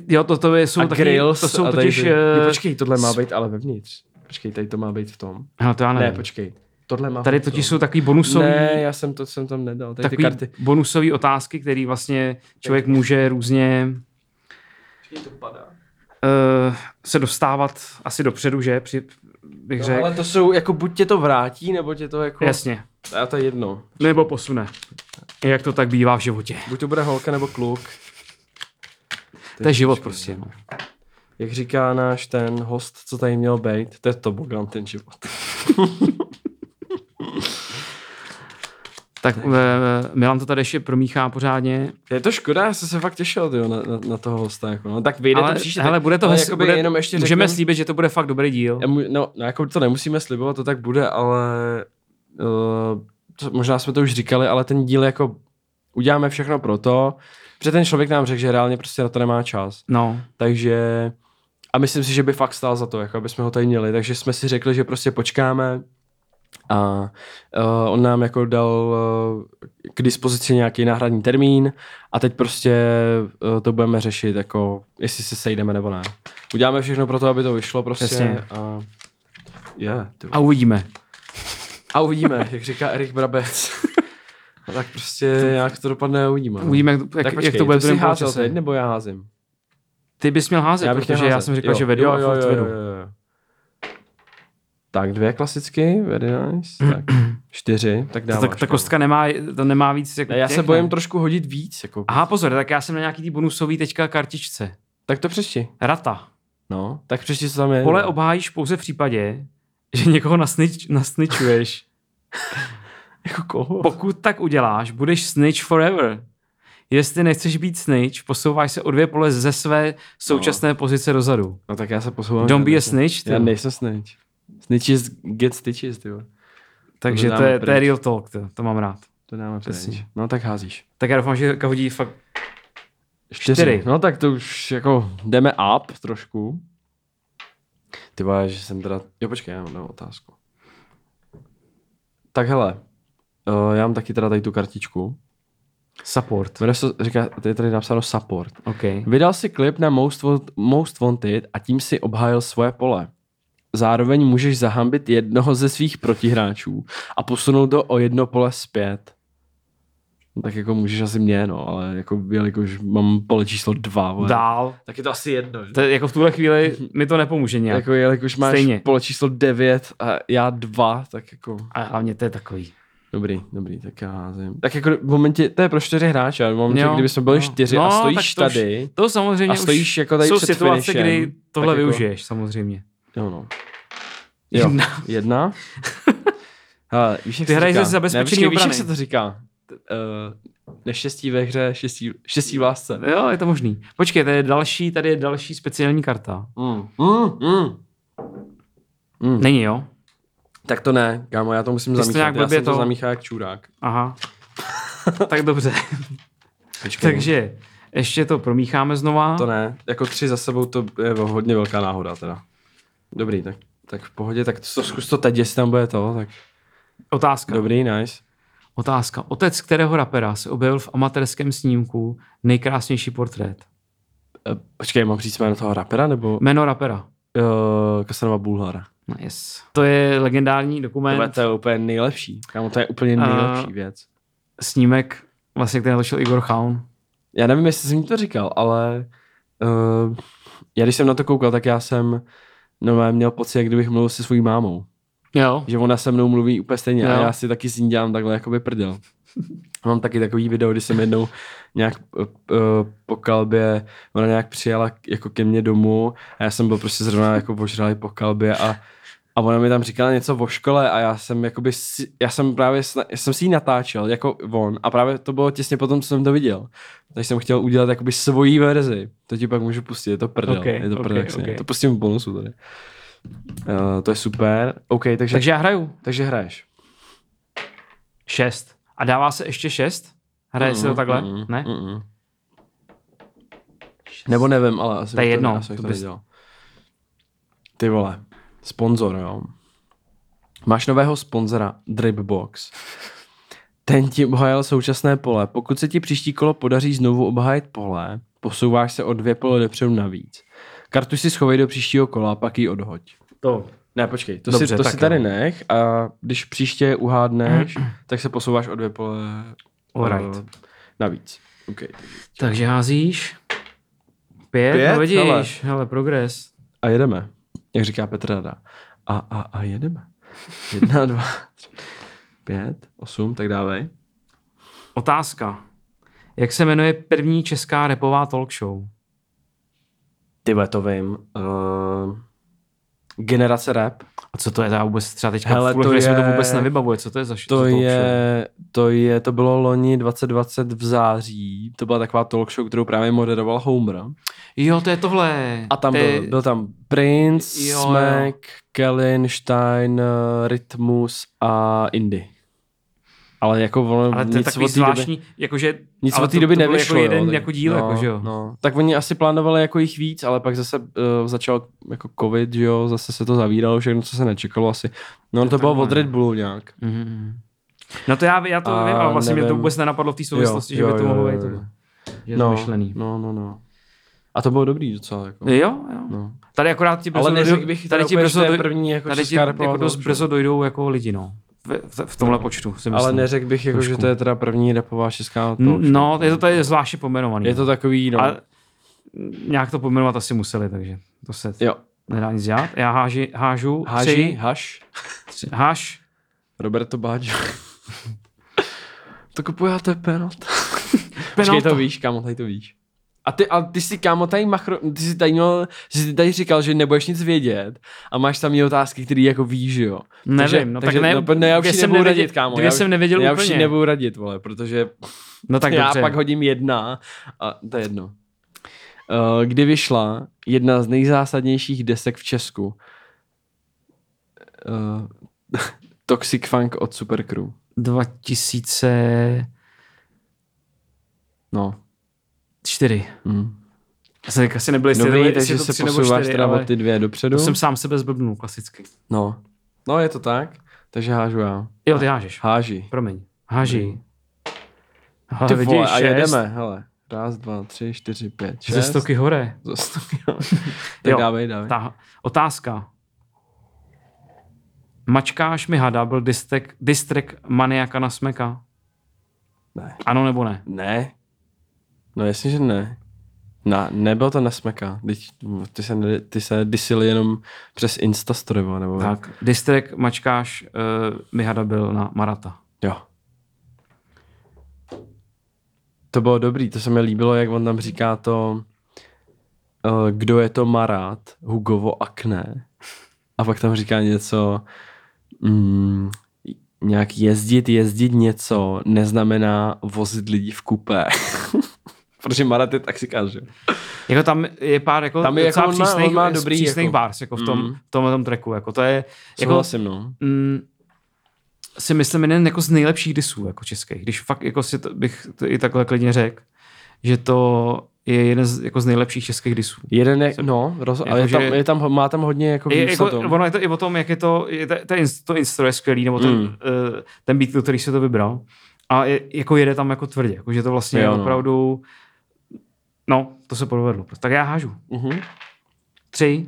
Jo, to, to je, jsou a taky, grills. to jsou a tady totiž... ty- eh, Jo, počkej, tohle má s- být ale vevnitř. Počkej, tady to má být v tom. Hele, to já Ne, nevím. počkej. Tohle má Tady být v totiž tom. jsou takový bonusový, Ne, já jsem to jsem tam nedal. Tady ty takový karty. bonusový otázky, který vlastně člověk může různě Počkej, to padá. uh, se dostávat asi dopředu, že? Při, bych No, řekl. ale to jsou, jako buď tě to vrátí, nebo tě to jako... Jasně. A to je jedno. Nebo posune. Jak to tak bývá v životě. Buď to bude holka, nebo kluk. To je život prostě. No. Jak říká náš ten host, co tady měl být, to je tobogán ten život. Tak uh, Milan to tady ještě promíchá pořádně. Je to škoda, já jsem se fakt těšil tyjo, na, na, na toho hosta. Jako, no. Tak vyjde ale, to příště. hele, bude to ale hezky, jakoby bude, jenom ještě můžeme řeknu- slíbit, že to bude fakt dobrý díl. Já mu- No, no, jako to nemusíme slibovat, to tak bude, ale uh, to, možná jsme to už říkali, ale ten díl jako uděláme všechno pro to, protože ten člověk nám řekl, že reálně prostě na to nemá čas. No, Takže a myslím si, že by fakt stál za to, jako aby jsme ho tady měli. Takže jsme si řekli, že prostě počkáme a uh, on nám jako dal uh, k dispozici nějaký náhradní termín a teď prostě uh, to budeme řešit, jako jestli se sejdeme nebo ne. Uděláme všechno pro to, aby to vyšlo prostě. Přesně. A, yeah, a uvidíme. a [LAUGHS] uvidíme, jak říká Erik Brabec. [LAUGHS] no, tak prostě jak to dopadne, uvidíme. no. Uvidíme, jak, jak, tak jak to bude ty v jsi druhém házel teď, poločase. nebo já házím? Ty bys měl házet, bych protože měl já házet. jsem říkal, Jo, že vedu jo, a jo, furt jo, vedu. jo, jo. Tak dvě klasicky, very [CLEARS THROAT] nice. Tak čtyři, tak dáváš. no. Tak ta kostka nemá, to nemá víc jako Ne, Já těch, se bojím ne? trošku hodit víc. Jako. Aha, pozor, tak já jsem na nějaký tý bonusový teďka kartičce. Tak to přečti. Rata. No, tak přečti, co tam je. Pole obhájíš pouze v případě, že někoho nasnič, nasničuješ. [LAUGHS] Jako koho? Pokud tak uděláš, budeš snitch forever. Jestli nechceš být snitch, posouváš se o dvě pole ze své současné pozice dozadu. No tak já se posouvám. Don't be Já a nejsem- snitch, ty. Já nejsem snitch. Snitches get stitches, ty vole. Takže to dáme je, to je pryč. real talk, to, to mám rád. To dáme Přesně. přesně. No tak házíš. Tak já doufám, že Jirka hodí fakt... Čtyři. Čtyři. No tak to už jako jdeme up trošku. Ty vole, že jsem teda... Jo, počkej, já mám novou otázku. Tak hele, uh, já mám taky teda tady tu kartičku. Support. Jmenuje se, říká, to je tady napsáno support. OK. Vydal si klip na Most, Want- Most Wanted a tím si obhájil svoje pole. Zároveň můžeš zahambit jednoho ze svých protihráčů a posunout to o jedno pole zpět. No, tak jako můžeš asi mě, no, ale jako, jelikož mám pole číslo dva, vole, Dál. tak je to asi jedno. Že? To, je- jako v [LAUGHS] tuhle chvíli mi to nepomůže nějak. Jako jelikož máš Stejně. Stejně. pole číslo 9 a já 2, tak jako... A hlavně to je takový. Dobrý, dobrý, tak já házím. Tak jako v momentě, to je pro čtyři hráče, ale v momentě, Jo, jo, kdyby jsme byli jo. čtyři No, a tak stojíš to už- tady... To samozřejmě A stojíš už jako tady jsou před situace, finishem, kdy tohle tak jako- využiješ samozřejmě. Jo, no. Jo, Jedna. jedna. [LAUGHS] jedna. Hele, víš, jak Ty se hraješ říká? ze zabezpečený Ne, počkej, Víš, obrany. jak se to říká? Uh, neštěstí ve hře, štěstí, štěstí v lásce. Jo, je to možný. Počkej, tady je další, tady je další speciální karta. Mm. Mm, mm. Není, jo? Tak to ne, kámo, já to musím jsi to zamíchat. nějak já blbě jsem to to- zamíchal jak čurák. [LAUGHS] Aha. tak dobře. Počkej, no. Takže ještě to promícháme znova. To ne, jako tři za sebou to je hodně velká náhoda teda. Dobrý, tak, tak v pohodě, tak to, zkus to teď, jestli tam bude to, tak Otázka. dobrý, nice. Otázka. Otec kterého rapera se objevil v amatérském snímku nejkrásnější portrét? Eh, Počkej, mám říct jméno toho rapera, nebo Jméno rapera. uh, Kasanova Bulhara? Nice. To je legendární dokument, Tohle to je úplně nejlepší. Kámo, to je úplně A- nejlepší věc. snímek, vlastně, který natočil Igor Chaun. Já nevím, jestli jsem ti to říkal, ale uh, já když jsem na to koukal, tak já jsem no, měl pocit, jak kdybych mluvil se svojí mámou. Jo. že ona se mnou mluví úplně stejně a Jo. já si taky s ní dělám takhle jakoby prdel. Mám taky takový video, kdy jsem jednou nějak uh, po kalbě, ona nějak přijela k- jako ke mně domů a já jsem byl prostě zrovna jako ožralý po kalbě a, a ona mi tam říkala něco o škole a já jsem jakoby, si- já jsem právě, sna- já jsem si ji natáčel jako on a právě to bylo těsně potom, co jsem to viděl. Takže jsem chtěl udělat jakoby svoji verzi. To ti pak můžu pustit, je to prdel. Ok, je to ok, prdel, jasně. ok. To pustím v bonusu tady. Uh, to je super. OK, takže, Takže já hraju. takže hraješ. Šest. A dává se ještě šest? Hraje Mm-hmm, se to takhle? Ne? Mm-mm. Nebo nevím, ale asi To je bych jedno, asi bych to to bys- nedělal. Ty vole, sponzor, jo. Máš nového sponzora, Dripbox. Ten ti obhájil současné pole. Pokud se ti příští kolo podaří znovu obhájit pole, posouváš se o dvě pole dopředu navíc. Kartu si schovej do příštího kola, pak ji odhoď. To. Ne, počkej, to, Dobře, si, to tak si jo. tady nech a když příště [CLEARS THROAT] uhádneš, tak se posouváš o dvě pole Alright. eh, navíc. Okay. Takže házíš. Pět, Pět, no vidíš, hele. hele, progres. A jedeme, jak říká Petr Rada. A, a, a [LAUGHS] jedeme. Jedna, dva, tři, pět, osm, tak dávej. Otázka. Jak se jmenuje první česká repová talk show? Ty vole, to vím. Uh, generace rap. A co to je za vůbec třeba teďka? Hele, Hele, to to je... se to je- vůbec nevybavuje. Co to je za š- To za talk show? je, to je, to bylo loni 2020 v září. To byla taková talk show, kterou právě moderoval Homer. Jo, to je tohle. A tam to byl, je... byl tam Prince, Jo, jo, jo. Smack, Kellen, Stein, eh, Rytmus a Indy. Ale jako ono Ale to je nic takový od té doby, zvláštní, jakože... nic ale od té to- doby to byl nevyšlo. Jako jeden jo, jako díl, no, jako, že jo. No. Tak oni asi plánovali jako jich víc, ale pak zase uh, začal jako covid, že jo, zase se to zavíralo, všechno, co se nečekalo asi. No to bylo od takhle. Red Bullu nějak. Mhm. No to já, já to A vím, ale vlastně mě to nevím. vůbec nenapadlo v té souvislosti, že by to mohlo být. jako takhle. Že je to No, myšlený. no, no, no. A to bylo dobrý docela. Jako. Jo, jo. No. Tady akorát ti brzo, Ale dojdu, neřekl bych, tady ti úplně, že brzo, to je doj- první jako tady ti česká jako repová dost talk show. brzo dojdou jako lidi, no. V, v, v tomhle počtu si myslím. Ale neřekl bych, jako, že Trošku. to je teda první repová česká N- talk show. No, je to tady zvláště pomenovaný. Je to takový, no. A nějak to pojmenovat asi museli, takže to se Jo. nedá nic dělat. Já háži, hážu Háži, tři, haš. tři, háž, Roberto [LAUGHS] Baggio. to kupuje a to je no. penalta. Počkej, Penalta. to víš, kámo, tady to víš. A ty, a ty jsi, kámo, tady machro, ty jsi tady, měl, jsi tady říkal, že nebudeš nic vědět a máš tam i otázky, které jako víš, že jo. Nevím, no tak ne- no, ne, já už dvě ji jsem nebudu nevěděl- radit, kámo. dvě já, jsem nevěděl já už ji úplně. nebudu radit, vole, protože no tak já dobře. pak hodím jedna a to je jedno. Eh, Kdy vyšla jedna z nejzásadnějších desek v Česku? Eh, [LAUGHS] Toxic Funk od Supercrew. 2004. No. Mm. Já jsem asi nebyl jistý, Dobrý, jestli takže je to No se tři nebo posouváš čtyři, teda ale o ty dvě dopředu. to jsem sám sebe zblbnul klasicky. No. no, je to tak. Takže hážu já. Jo, ty hážeš. Háži. Promiň. Háží. Hele, Ty vidíš, vole, a šest. jedeme, hele. Raz, dva, tři, čtyři, pět, šest. Ze stoky hore. Ze stoky, jo. [LAUGHS] tak Jo. dávej, dávej. Ta otázka. Mačkáš mi hada byl distek, distrek maniaka na smeka? Ne. Ano nebo ne? Ne. No jasně, že ne. Na, nebyl to nesmeka. Teď, ty se, ne- ty se disil jenom přes Instastory, vole, nebo... Tak. Distrek mačkáš uh, mi hada byl na Marata. Jo. To bylo dobrý, to se mi líbilo, jak on tam říká to, eh, kdo je to Marat, Hugovo akné. A pak tam říká něco, mm, nějak jezdit, jezdit něco, neznamená vozit lidi v kupé. [LAUGHS] Protože Marat je taxikář, že? jo? Jako tam je pár jako tam je jako on má- přísných, on má dobrý přísných jako- jako, bars jako v tom, Mm. mm. tom, tom tracku. Jako to je jako, Souhlasím, no. mm, si myslím jeden jako z nejlepších disů jako českých. Když fakt jako si to, bych to i takhle klidně řekl, že to je jeden z, jako z nejlepších českých disů. Jeden je, no, roz, ale je Jakože- tam, je tam, má tam hodně jako Je, jako, výstav. ono je to i o tom, jak je to, je to, to, inst- to instro je skvělý, nebo ten, Mm. mm. uh, ten beat, který se to vybral. A je, jako jede tam jako tvrdě, jako, že to vlastně Jo, jo, je no. opravdu, no, to se podvedlo. Tak já hážu. Mhm. Tři.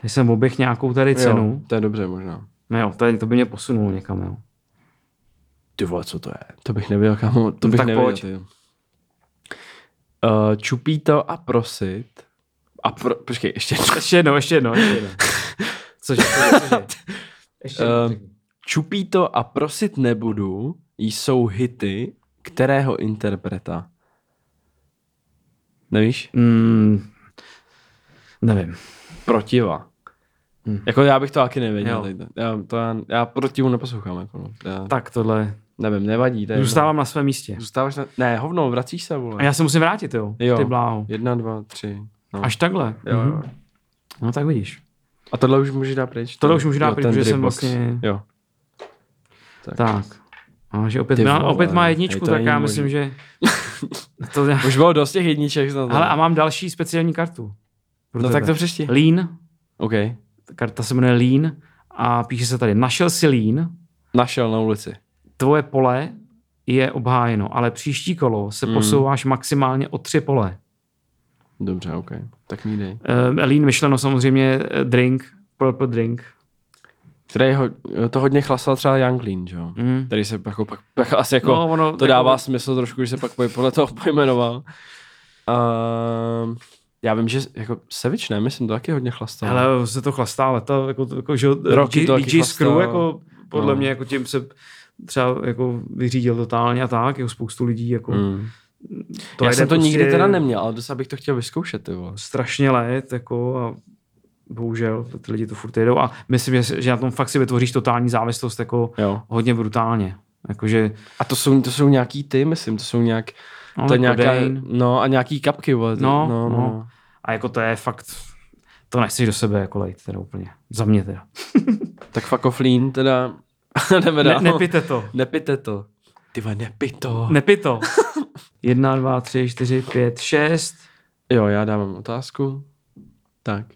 Když jsem oběh nějakou tady Jo, cenu. to je dobře možná. No jo, to, je- to by mě posunulo někam, jo. Ty vole, co to je? To bych nevěděl, kámo, to bych No tak nevěděl. pojď. Ty. Uh, čupí to a prosit. A pro, počkej, ještě. [LAUGHS] Ještě jednou, ještě jednou, ještě jednou. Cože, Eh, cože, cože. Ještě Ehm, uh, Eh, Čupí to a prosit nebudu jsou hity kterého interpreta? Nevíš? Mm, nevím. Protiva. Hm. Jako já bych to taky nevěděl. Jo. teď. Já, to já, já protivu neposlouchám. Jako, no. já, Tak tohle. nevím, nevadí. To je jedno. Zůstávám na svém místě. Zůstáváš na... Ne, hovno, vracíš se, vole. A já se musím vrátit, jo? Jo. Ty bláho. Jedna, dva, tři. No. Až takhle. Jo, Mhm. jo. No tak vidíš. A tohle už můžeš dát pryč. Tohle ten- už můžu dát jo, pryč, ten protože jsem Dropbox. vlastně- Jo. Tak. A že opět, Ty má, vole, opět má hej, jedničku, to tak není já možný. myslím, [LAUGHS] že... to, já... Už bylo dost těch jedniček. Snad, Hele, a mám další speciální kartu. pro no tebe. tak to přešti. Lean. OK. Karta se jmenuje Lean a píše se tady. Našel si Lean, Našel na ulici. tvoje pole je obhájeno, ale příští kolo se Mm. posouváš maximálně o tři pole. Dobře, OK. Tak mi dej. Eh, Lean myšleno samozřejmě eh, drink, purple drink. Který ho, to hodně chlasal třeba Young Lean, že jo? Mm. Který se jako, pak, [LAUGHS] pak asi jako, No, no, ono- ono, to jako- dává smysl trošku, když se pak poj- podle toho pojmenoval. Uh, já vím, že jako Sevič, ne, myslím, to taky hodně chlastal. Ale se to chlastá leta, jako, to- jako že jo, Roky DJ, to taky DJ Screw, chlastá. jako podle No. mě, jako tím se třeba jako vyřídil totálně a tak, jako spoustu lidí, jako Mm. to To já jede jsem to prostě nikdy teda neměl, ale docela bych to chtěl vyzkoušet, ty vole. Strašně let, jako a bohužel ty lidi to furt jedou a myslím, že, že na tom fakt si vytvoříš totální závislost jako Jo. hodně brutálně. Jakože, A to jsou, to jsou nějaký ty, myslím, to jsou nějak, no, to je ale nějaká, kodein. no a nějaký kapky, vole. to- No, no. A jako to je fakt, to nechceš do sebe jako lejt teda úplně. Za mě teda. Tak fuck off lean, teda, [LAUGHS] jdeme Ne, dál. no. nepijte to. Nepijte to. Ty vole, nepij to. Nepij to. [LAUGHS] Jedna, dva, tři, čtyři, pět, šest. Jo, já dávám otázku. Tak.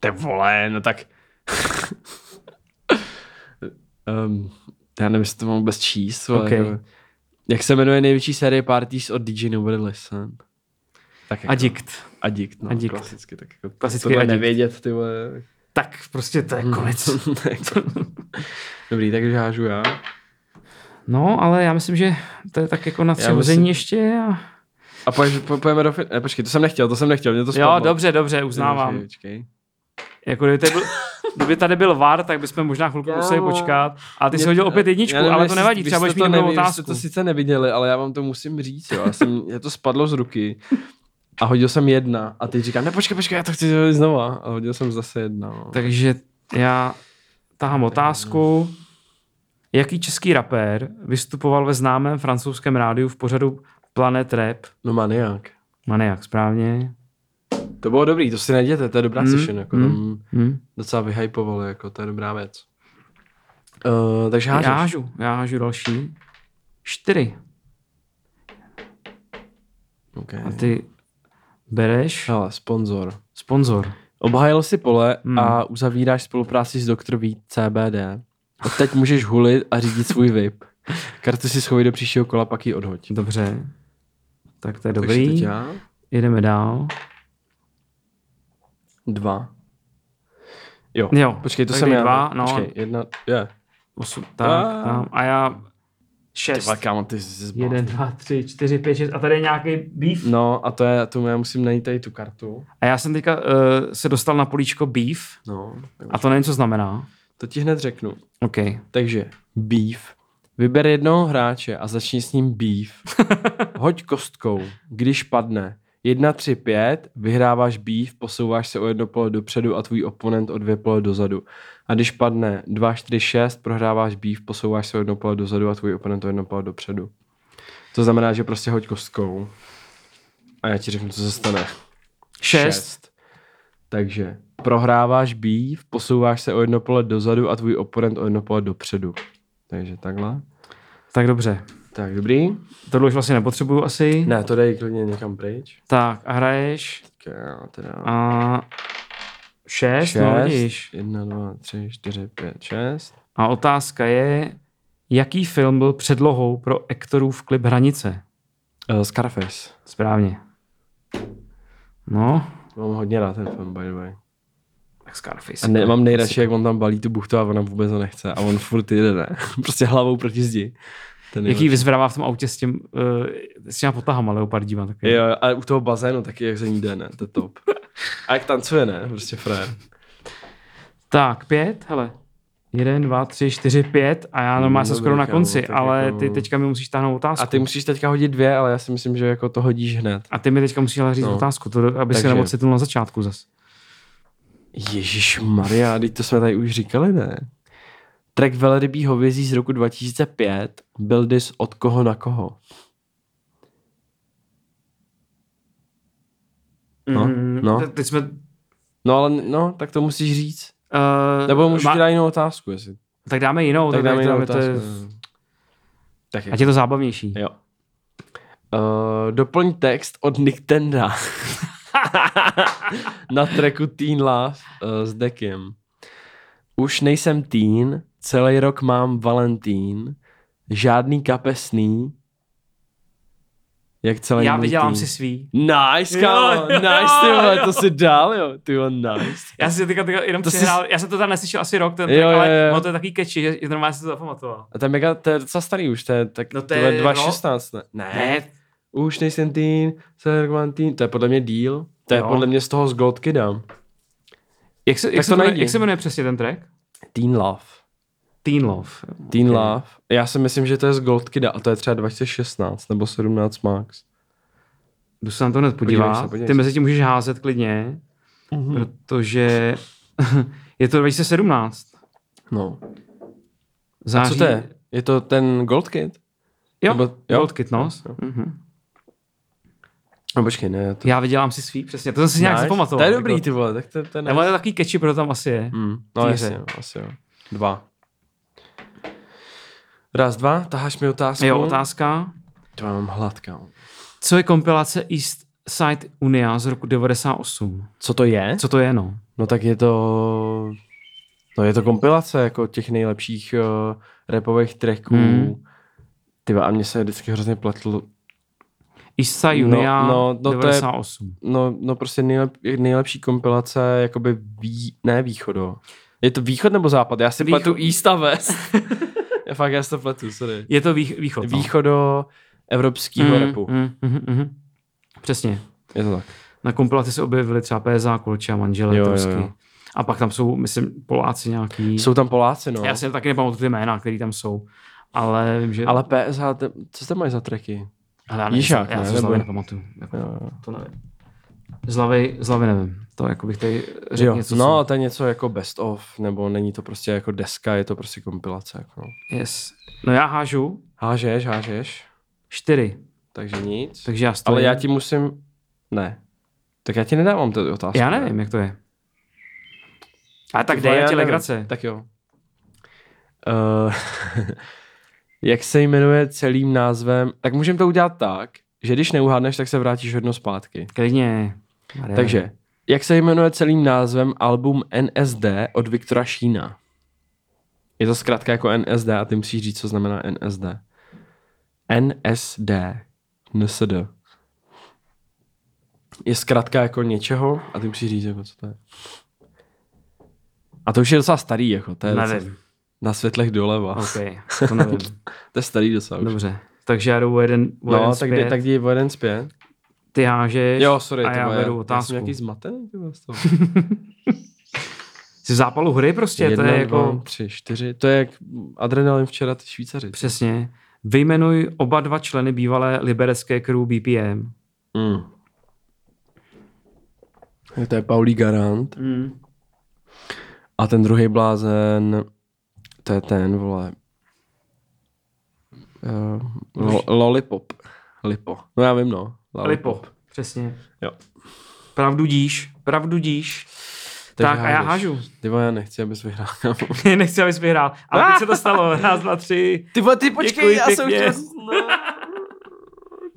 Ty vole, no tak. [LAUGHS] um, já nevím, jestli to mám vůbec číst. Vole, Okej. jako- Jak se jmenuje největší série parties od DJ Nobody Listen? Tak jako, Addict. Adikt, no, Adikt. klasicky. Tak jako Klasický tohle adikt. nevědět, ty vole. Tak prostě to je konec. [LAUGHS] Dobrý, takže hážu já. [LAUGHS] No, ale já myslím, že to je tak jako na myslím- třehození ještě. A... A pojď, po, pojďme do... Fin- ne, počkej, to jsem nechtěl, to jsem nechtěl, mě to spadlo. Jo, dobře, dobře, uznávám. Počkej, Jako kdyby tady, byl, kdyby tady byl VAR, tak bychom možná chvilku museli počkat. A ty jsi Mě- hodil opět jedničku, já nevím, ale to jestli- nevadí, vy třeba jste budeš mít to dobrou nevi- vy jste otázku. to sice neviděli, ale já vám to musím říct, jo. Já jsem, já to spadlo z ruky a hodil jsem jedna. A teď říkám, ne, počkej, počkej, já to chci hodit znova. A hodil jsem zase jedna. No. Takže já tahám otázku. Jaký český rapér vystupoval ve známém francouzském rádiu v pořadu Planet Rap? no maniak. Maniak, správně. To bylo dobrý, to si najděte, to je dobrá Mm, mm, session, jako mm. mm. tam Hm? docela vyhypovali, jako to je dobrá věc. Uh, takže hážeš. Já hážu, já hážu další. Čtyři. Okay. A ty bereš Hele, sponzor. sponzor. Obhájil si pole Hmm. hmm. a uzavíráš spolupráci s Dr. Vít CBD. Od teď můžeš hulit a řídit svůj VIP. Kartu si schovej do příštího kola, pak ji odhoď. Dobře. Tak to je Takže teď dobrý. já. Jedeme dál. Dva. Jo. Jo, Počkej, to tak jsem dej já. dva, no. Počkej, jedna, je. Osm, tak, A. tam. A já Ty šest. vole, kámo, Ah. ty jsi zbal. Jeden, dva, tři, čtyři, pět, šest. A tady je nějaký beef. No a to je, tu já musím najít tady tu kartu. A já jsem teďka uh, se dostal na políčko beef. No, tak A to nevím, co znamená. to ti hned řeknu. OK. Takže beef. Vyber jednoho hráče a začni s ním beef. Hoď kostkou, když padne. 1, 3, 5, vyhráváš beef, posouváš se o jedno pole dopředu a tvůj oponent o dvě pole dozadu. A když padne 2, 4, 6, prohráváš beef, posouváš se o jedno pole dozadu a tvůj oponent o jedno pole dopředu. To znamená, že prostě hoď kostkou. A já ti řeknu, co se stane. Šest. Šest. Takže prohráváš býv, posouváš se o jedno pole dozadu a tvůj oponent o jedno pole dopředu. Takže takhle. Tak dobře. Tak dobrý. Tohle už vlastně nepotřebuju asi. Ne, to dej klidně někam pryč. Tak a hraješ. Tak jo, teda. A šest, šest. no vidíš. Jedna, dva, tři, čtyři, pět, šest. A otázka je, jaký film byl předlohou pro Ektorův klip Hranice? Uh, Scarface. Správně. No, Mám hodně rád ten film, by the way. tak Scarface. A ne, mám nejradši, jak on tam balí tu buchtu a ona vůbec ho nechce. A on furt jede, ne? [LAUGHS] prostě hlavou proti zdi. Ten je Jaký vyzvedává v tom autě s tím, uh, s těma potahama leopardíma. Taky. Jo, jo, a u toho bazénu taky, jak za ní jde, ne? To je top. A jak tancuje, ne? Prostě frajer. Tak, pět, hele. Jeden, dva, tři, čtyři, pět a já normálně Hmm, jsem Dobrý, skoro na kámo, konci, tak ale jako- ty teďka mi musíš táhnout otázku. A ty musíš teďka hodit dvě, ale já si myslím, že jako to hodíš hned. a ty mi teďka musíš ale říct No. otázku, to, aby se Takže- neocitnul na začátku zas. Ježíš Maria, teď to jsme tady už říkali, ne? Track Velrybí hovězí z roku 2005 byl dis od koho na koho? No, Mm, no. te- Teď jsme... Uh, No ale no, tak to musíš říct. Nebo můžu eh, má- ti dát jinou otázku, jestli. Tak dáme jinou, tak tak, dáme jinou dáme, to otázku. je, no. Tak je. ať je to zábavnější. Jo. Uh, doplň text od Nick Tenda [LAUGHS] na tracku Teen Love uh, s Dekem. Už nejsem teen, celý rok mám Valentín, žádný kapesný, jak celý Já můj vydělám teen. si svý. Nice, Jo, kámo, jo, nice, ty vole, jo. to si dal, jo, ty vole, nice. Já jsem si teďka, teďka jenom To to jsi- přihrál, já jsem to tam neslyšel asi rok, ten Jo, track, jo, ale jo. ono to je takový catchy, že že normálně jsem to zapamatoval. A to je mega, to je docela starý už, to je tak No no to to je, no. 2016, ne? Ne, Už nejsem teen, celý rok mám teen, to je podle mě díl, to je Jo. podle mě z toho z God Kida. jak se, jak, Tak se to jmenuje, najdi. jak se jmenuje přesně ten track? Teen Love. Teen Love. Teen Love. Já si myslím, že to je z Gold Kida a to je třeba 2016 nebo 17 max. Jdu se na to hned podívat. Podívej se, Mhm. podívej Ty se. mezi tím můžeš házet klidně, protože [LAUGHS] je to 2017. No. Září. Co to je? Je to ten Gold Kid? Jo, Nebo- jo? Gold Kid Nos. Jo, Mhm. No počkej, ne. To... Já vydělám si svý, přesně. To jsem si nějak Nice. zapamatoval. To je dobrý, Jako- ty vole, tak to, to je Nebo nice. je to takový catchy, proto tam asi je. Mm, no Týře. jasně, jo, asi jo. Dva. Raz, dva, taháš mi otázku. Jo, otázka. To mám hlad, kámo. Co je kompilace East Side Unia z roku 98? Co to je? Co to je, no? No tak je to... No je to kompilace jako těch nejlepších uh, repových tracků. Hmm. Hmm. Tyba, a mně se vždycky hrozně pletl, East Side No, Unia no, no, to je- 98. No, no prostě nejlep, nejlepší kompilace, jakoby vý, ne východo. Je to východ nebo západ? Já si Východ. východ. pletu East a West. já fakt, já si to pletu, sorry. Je, to vých, východ. no. Východo evropského Mhm, repu. mhm, mhm, mhm. Přesně. Je to tak. Na kompilaci se objevili třeba PSA, Kolče a manžele Jo, jo, Trusky. jo. A pak tam jsou, myslím, Poláci nějaký. Jsou tam Poláci, no. Já si taky nepamatuju ty jména, které tam jsou. Ale vím, že... Ale PSH, te, co tam mají za tracky? Hele, já nevím, Jižák, já ne? se z Nebo- hlavy nepamatuju. Jako, Jo, jo. to nevím. Z hlavy, z hlavy nevím. To jako bych tady řekl Jo. něco. No, co- to je něco jako best of, nebo není to prostě jako deska, je to prostě kompilace. Jako. no. Yes. No já hážu Hážeš, hážeš, čtyři, takže nic. takže já stojím. Ale já ti musím... Ne. Tak já ti nedávám tu otázku. Já ne? nevím, jak to je. A tak Ty dej, vole, já ti nevím. legrace. Tak jo. Uh, [LAUGHS] jak se jmenuje celým názvem? Tak můžeme to udělat tak, že když neuhádneš, tak se vrátíš hodno zpátky. Klidně. Maria. Takže, jak se jmenuje celým názvem album NSD od Viktora Šína? Je to zkrátka jako NSD a ty musíš říct, co znamená NSD. NSD. NSD. Je zkrátka jako něčeho a ty musíš říct, jako co to je. A to už je docela starý, jako to je docela, [LAUGHS] Nevím. na světlech doleva. OK, to nevím. To je starý docela už. Dobře. Takže já jdu o jeden, o jeden No, tak jdi, No, zpět. tak jdi o jeden zpět. Ty hážeš Jo, sorry, a to já vole, vedu já jsem otázku. nějaký zmatený. ty vole, z toho. Jsi v zápalu hry prostě, Jedna, to je jako... Dva, tři, čtyři. To je jak adrenalin včera, ty Švýcaři. Přesně. Vyjmenuj oba dva členy bývalé liberecké crew BPM. Hmm. Mm. To je Paulí Garant. Mm. A ten druhý blázen, to je ten, vole. Uh, lo, lollipop. Lipo. No já vím, no. Lipop. Přesně. Jo. Pravdu díš, pravdu díš. [LAUGHS] Takže tak a já hážeš. hážu. Ty vole, já nechci, abys vyhrál. [LAUGHS] Nechci, abys vyhrál. Ale teď se to [LAUGHS] stalo. Raz, dva, tři. ty vole, ty Děkuji, pěkně. no.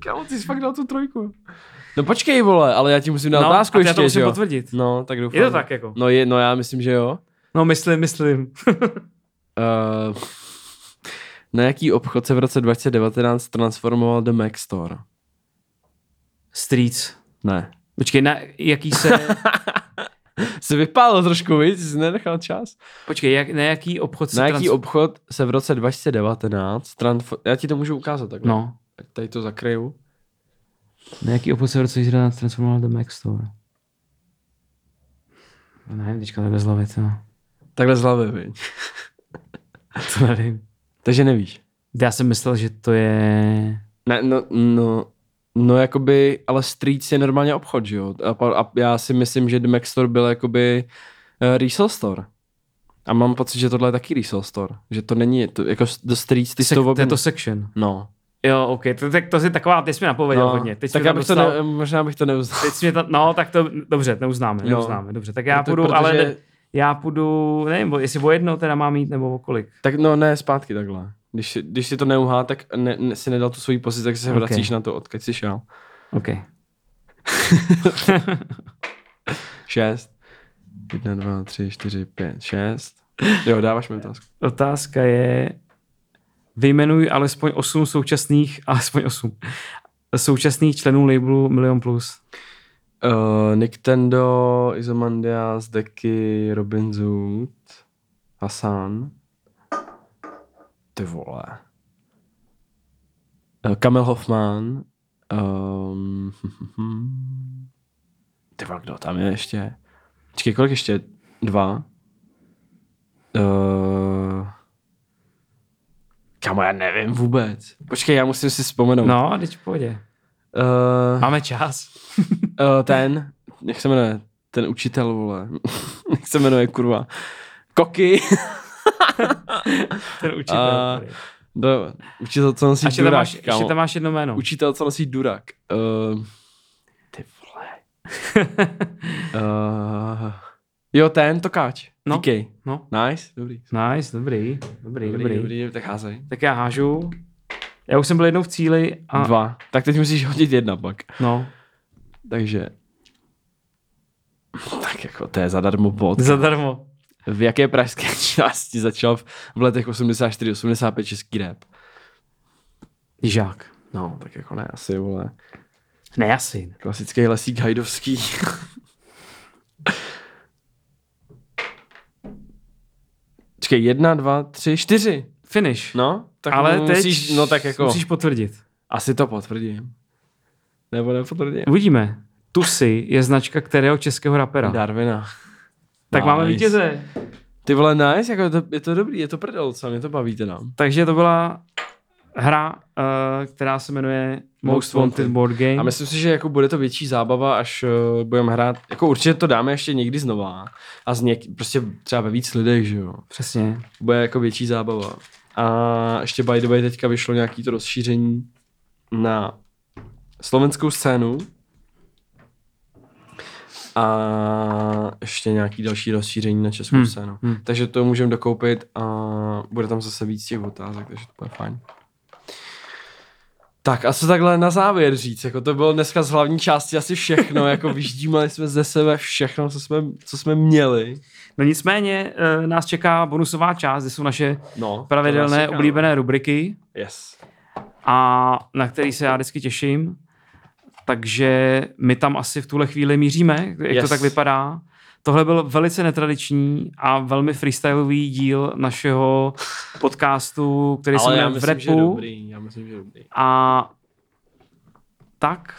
Kámo, ty jsi fakt dal tu trojku. No počkej, vole, ale já ti musím dát No, otázku a já ještě, to musím že jo? potvrdit. No, tak doufám. Je to tak jako? No, je, no já myslím, že jo. No myslím, myslím. Uh, [LAUGHS] na jaký obchod se v roce 2019 transformoval The Mac Store? [LAUGHS] Streets. Ne. Počkej, na jaký se... [LAUGHS] Se vypálil trošku, víc, jsi nenechal čas. Počkej, jak, na jaký obchod se Na jaký trans- obchod se v roce 2019 transformoval... Já ti to můžu ukázat takhle. No. Tak tady to zakryju. Na jaký obchod se v roce 2011 transformoval do Mac Store? No, nevím, teďka takhle zlavit. No. Takhle z hlavy, viď? [LAUGHS] To nevím. Takže nevíš. Já jsem myslel, že to je... Ne, no, no, no jakoby, ale Streets je normálně obchod, že jo? A, pa- a já si myslím, že The Mac Store byl jakoby uh, resale store. A mám pocit, že tohle je taky resale store. Že to není, to, jako s- The Streets, ty Sek, jsou... to je objem- to section. No. Jo, OK, to, tak to je taková, ty jsi mi napověděl no. hodně. Teď jsi tak mi já tam bych to dostal- ne, možná bych to neuznal. Teď jsi mě tam, no, tak to, dobře, neuznáme, Jo. neuznáme, dobře. [LAUGHS] Tak já Proto- půjdu, No, protože- ale ne, já půjdu, nevím, o- jestli o jedno teda mám jít, nebo o kolik. Tak no ne, zpátky takhle. Když, když si to neuhá, tak ne, ne, si nedal tu svoji pozici, tak se Ok. okay. vracíš na to, odkud jsi šel. OK. Šest. Jedna, dva, tři, čtyři, pět, šest. Jo, dáváš mi otázku. Otázka je, vyjmenuj alespoň 8 současných, [LAUGHS] alespoň 8, současných členů labelu Milion Plus. Uh, Nintendo, Izomandias, Deky, Robin Zoot, Hasan. Ty vole. Uh, Kamil Hoffman. Um, [LAUGHS] ty vole, kdo tam je ještě? Počkej, kolik ještě? Dva? Uh, kamo, já nevím vůbec. Počkej, já musím si vzpomenout. No, teď v pohodě. Uh, Máme čas. Eh, ten, jak se jmenuje? Ten učitel, vole. [LAUGHS] jak se jmenuje, kurva? Koky. [LAUGHS] Ten učitel. A- Do, učitel, co nosí A ještě tam, durak, máš, ještě kámo. tam máš jedno jméno. Učitel, co nosí durak. Uh, ty vole. uh, jo, ten, Tokáč. No. No. DK. No, Nice, dobrý. [LAUGHS] nice, dobrý, dobrý, Dobrý, dobrý. dobrý, tak házej. Tak já hážu. Já už jsem byl jednou v cíli a... A. Dva. Tak teď musíš hodit jedna pak. No, Takže... [LAUGHS] Tak jako, to je zadarmo bod. zadarmo. V jaké pražské [LAUGHS] části začal v v letech 84-85 český rap? Žák. No, tak jako ne, asi, vole. Ne, asi. Klasický lesík hajdovský. [LAUGHS] Čekej, jedna, dva, tři, čtyři. Finish. No, tak ale mu teď musíš, no tak jako, musíš potvrdit. asi to potvrdím. Nebo nepotvrdím. Uvidíme. Tusy je značka kterého českého rapera. No. Darwina. tak Nice. máme vítěze. Ty vole, nice, jako je to, je to dobrý, je to prdel, co mě to baví teda. Takže to byla hra, eh, která se jmenuje Most Most Wanted Wanted. Board A Game. myslím si, že jako bude to větší zábava, až uh, budeme hrát, jako určitě to dáme ještě někdy znova. A z něk, prostě třeba ve víc lidech, že jo. Přesně. bude jako větší zábava. A ještě by the way teďka vyšlo nějaký to rozšíření na slovenskou scénu a ještě nějaký další rozšíření na českou Hmm, hmm. scénu. hmm. Hmm. Takže to můžeme dokoupit a bude tam zase víc těch otázek, takže to bude fajn. Tak a co takhle na závěr říct, jako to bylo dneska z hlavní části asi všechno, [LAUGHS] jako vyždímali jsme ze sebe všechno, co jsme, co jsme měli. No nicméně eh, nás čeká bonusová část, kde jsou naše No, to nás pravidelné čeká, no. oblíbené rubriky. Yes. a na který se já vždycky těším. Takže my tam asi v tuhle chvíli míříme, jak yes. to Yes. tak vypadá. Tohle byl velice netradiční a velmi freestylový díl našeho podcastu, který se Ale já jmenuje v myslím, že repu. dobrý, já myslím, že dobrý. A tak,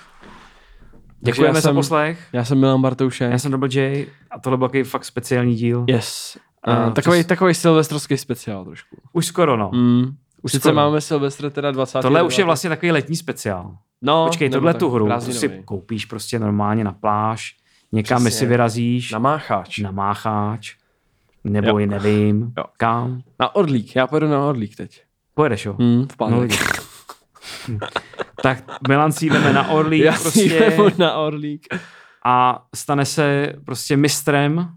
děkujeme já za jsem- poslech. Já jsem Milan Bartouše. Já jsem Double J a tohle byl takový fakt speciální díl. Yes. A Uh, takový, přes- takový silvestrovský speciál trošku. Už skoro no. Mm. Už Sice skoro. máme Silvestre teda 20. Tohle už je vlastně takový letní speciál. No, Počkej, nebo tohle tak, tu hru tu prázdninový. si koupíš prostě normálně na pláž, někam my Přesně. si vyrazíš, Na mácháč. Na... na mácháč, nebo jo. Jo. nevím, jo. Jo. kam. Orlík. Já pojedu na Orlík teď. Pojedeš, jo? Mm, v No, pátek. vidíš. tak Milan si jdeme na [LAUGHS] [LAUGHS] Orlík já si prostě jedu na Orlík. a stane se prostě mistrem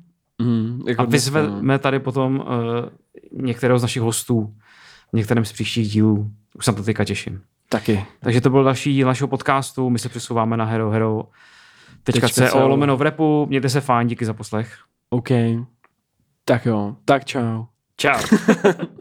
Mm, jako dneska, a no. vyzveme tady potom uh, některého z našich hostů v některém z příštích dílů. Už se na to teďka těším. Taky. Takže to byl další díl našeho podcastu. My se přesouváme na hero hero. Teďka Tečka se o cel. lomeno v repu. Mějte se fajn, díky za poslech. OK. Tak jo. Tak čau. [LAUGHS] Čau.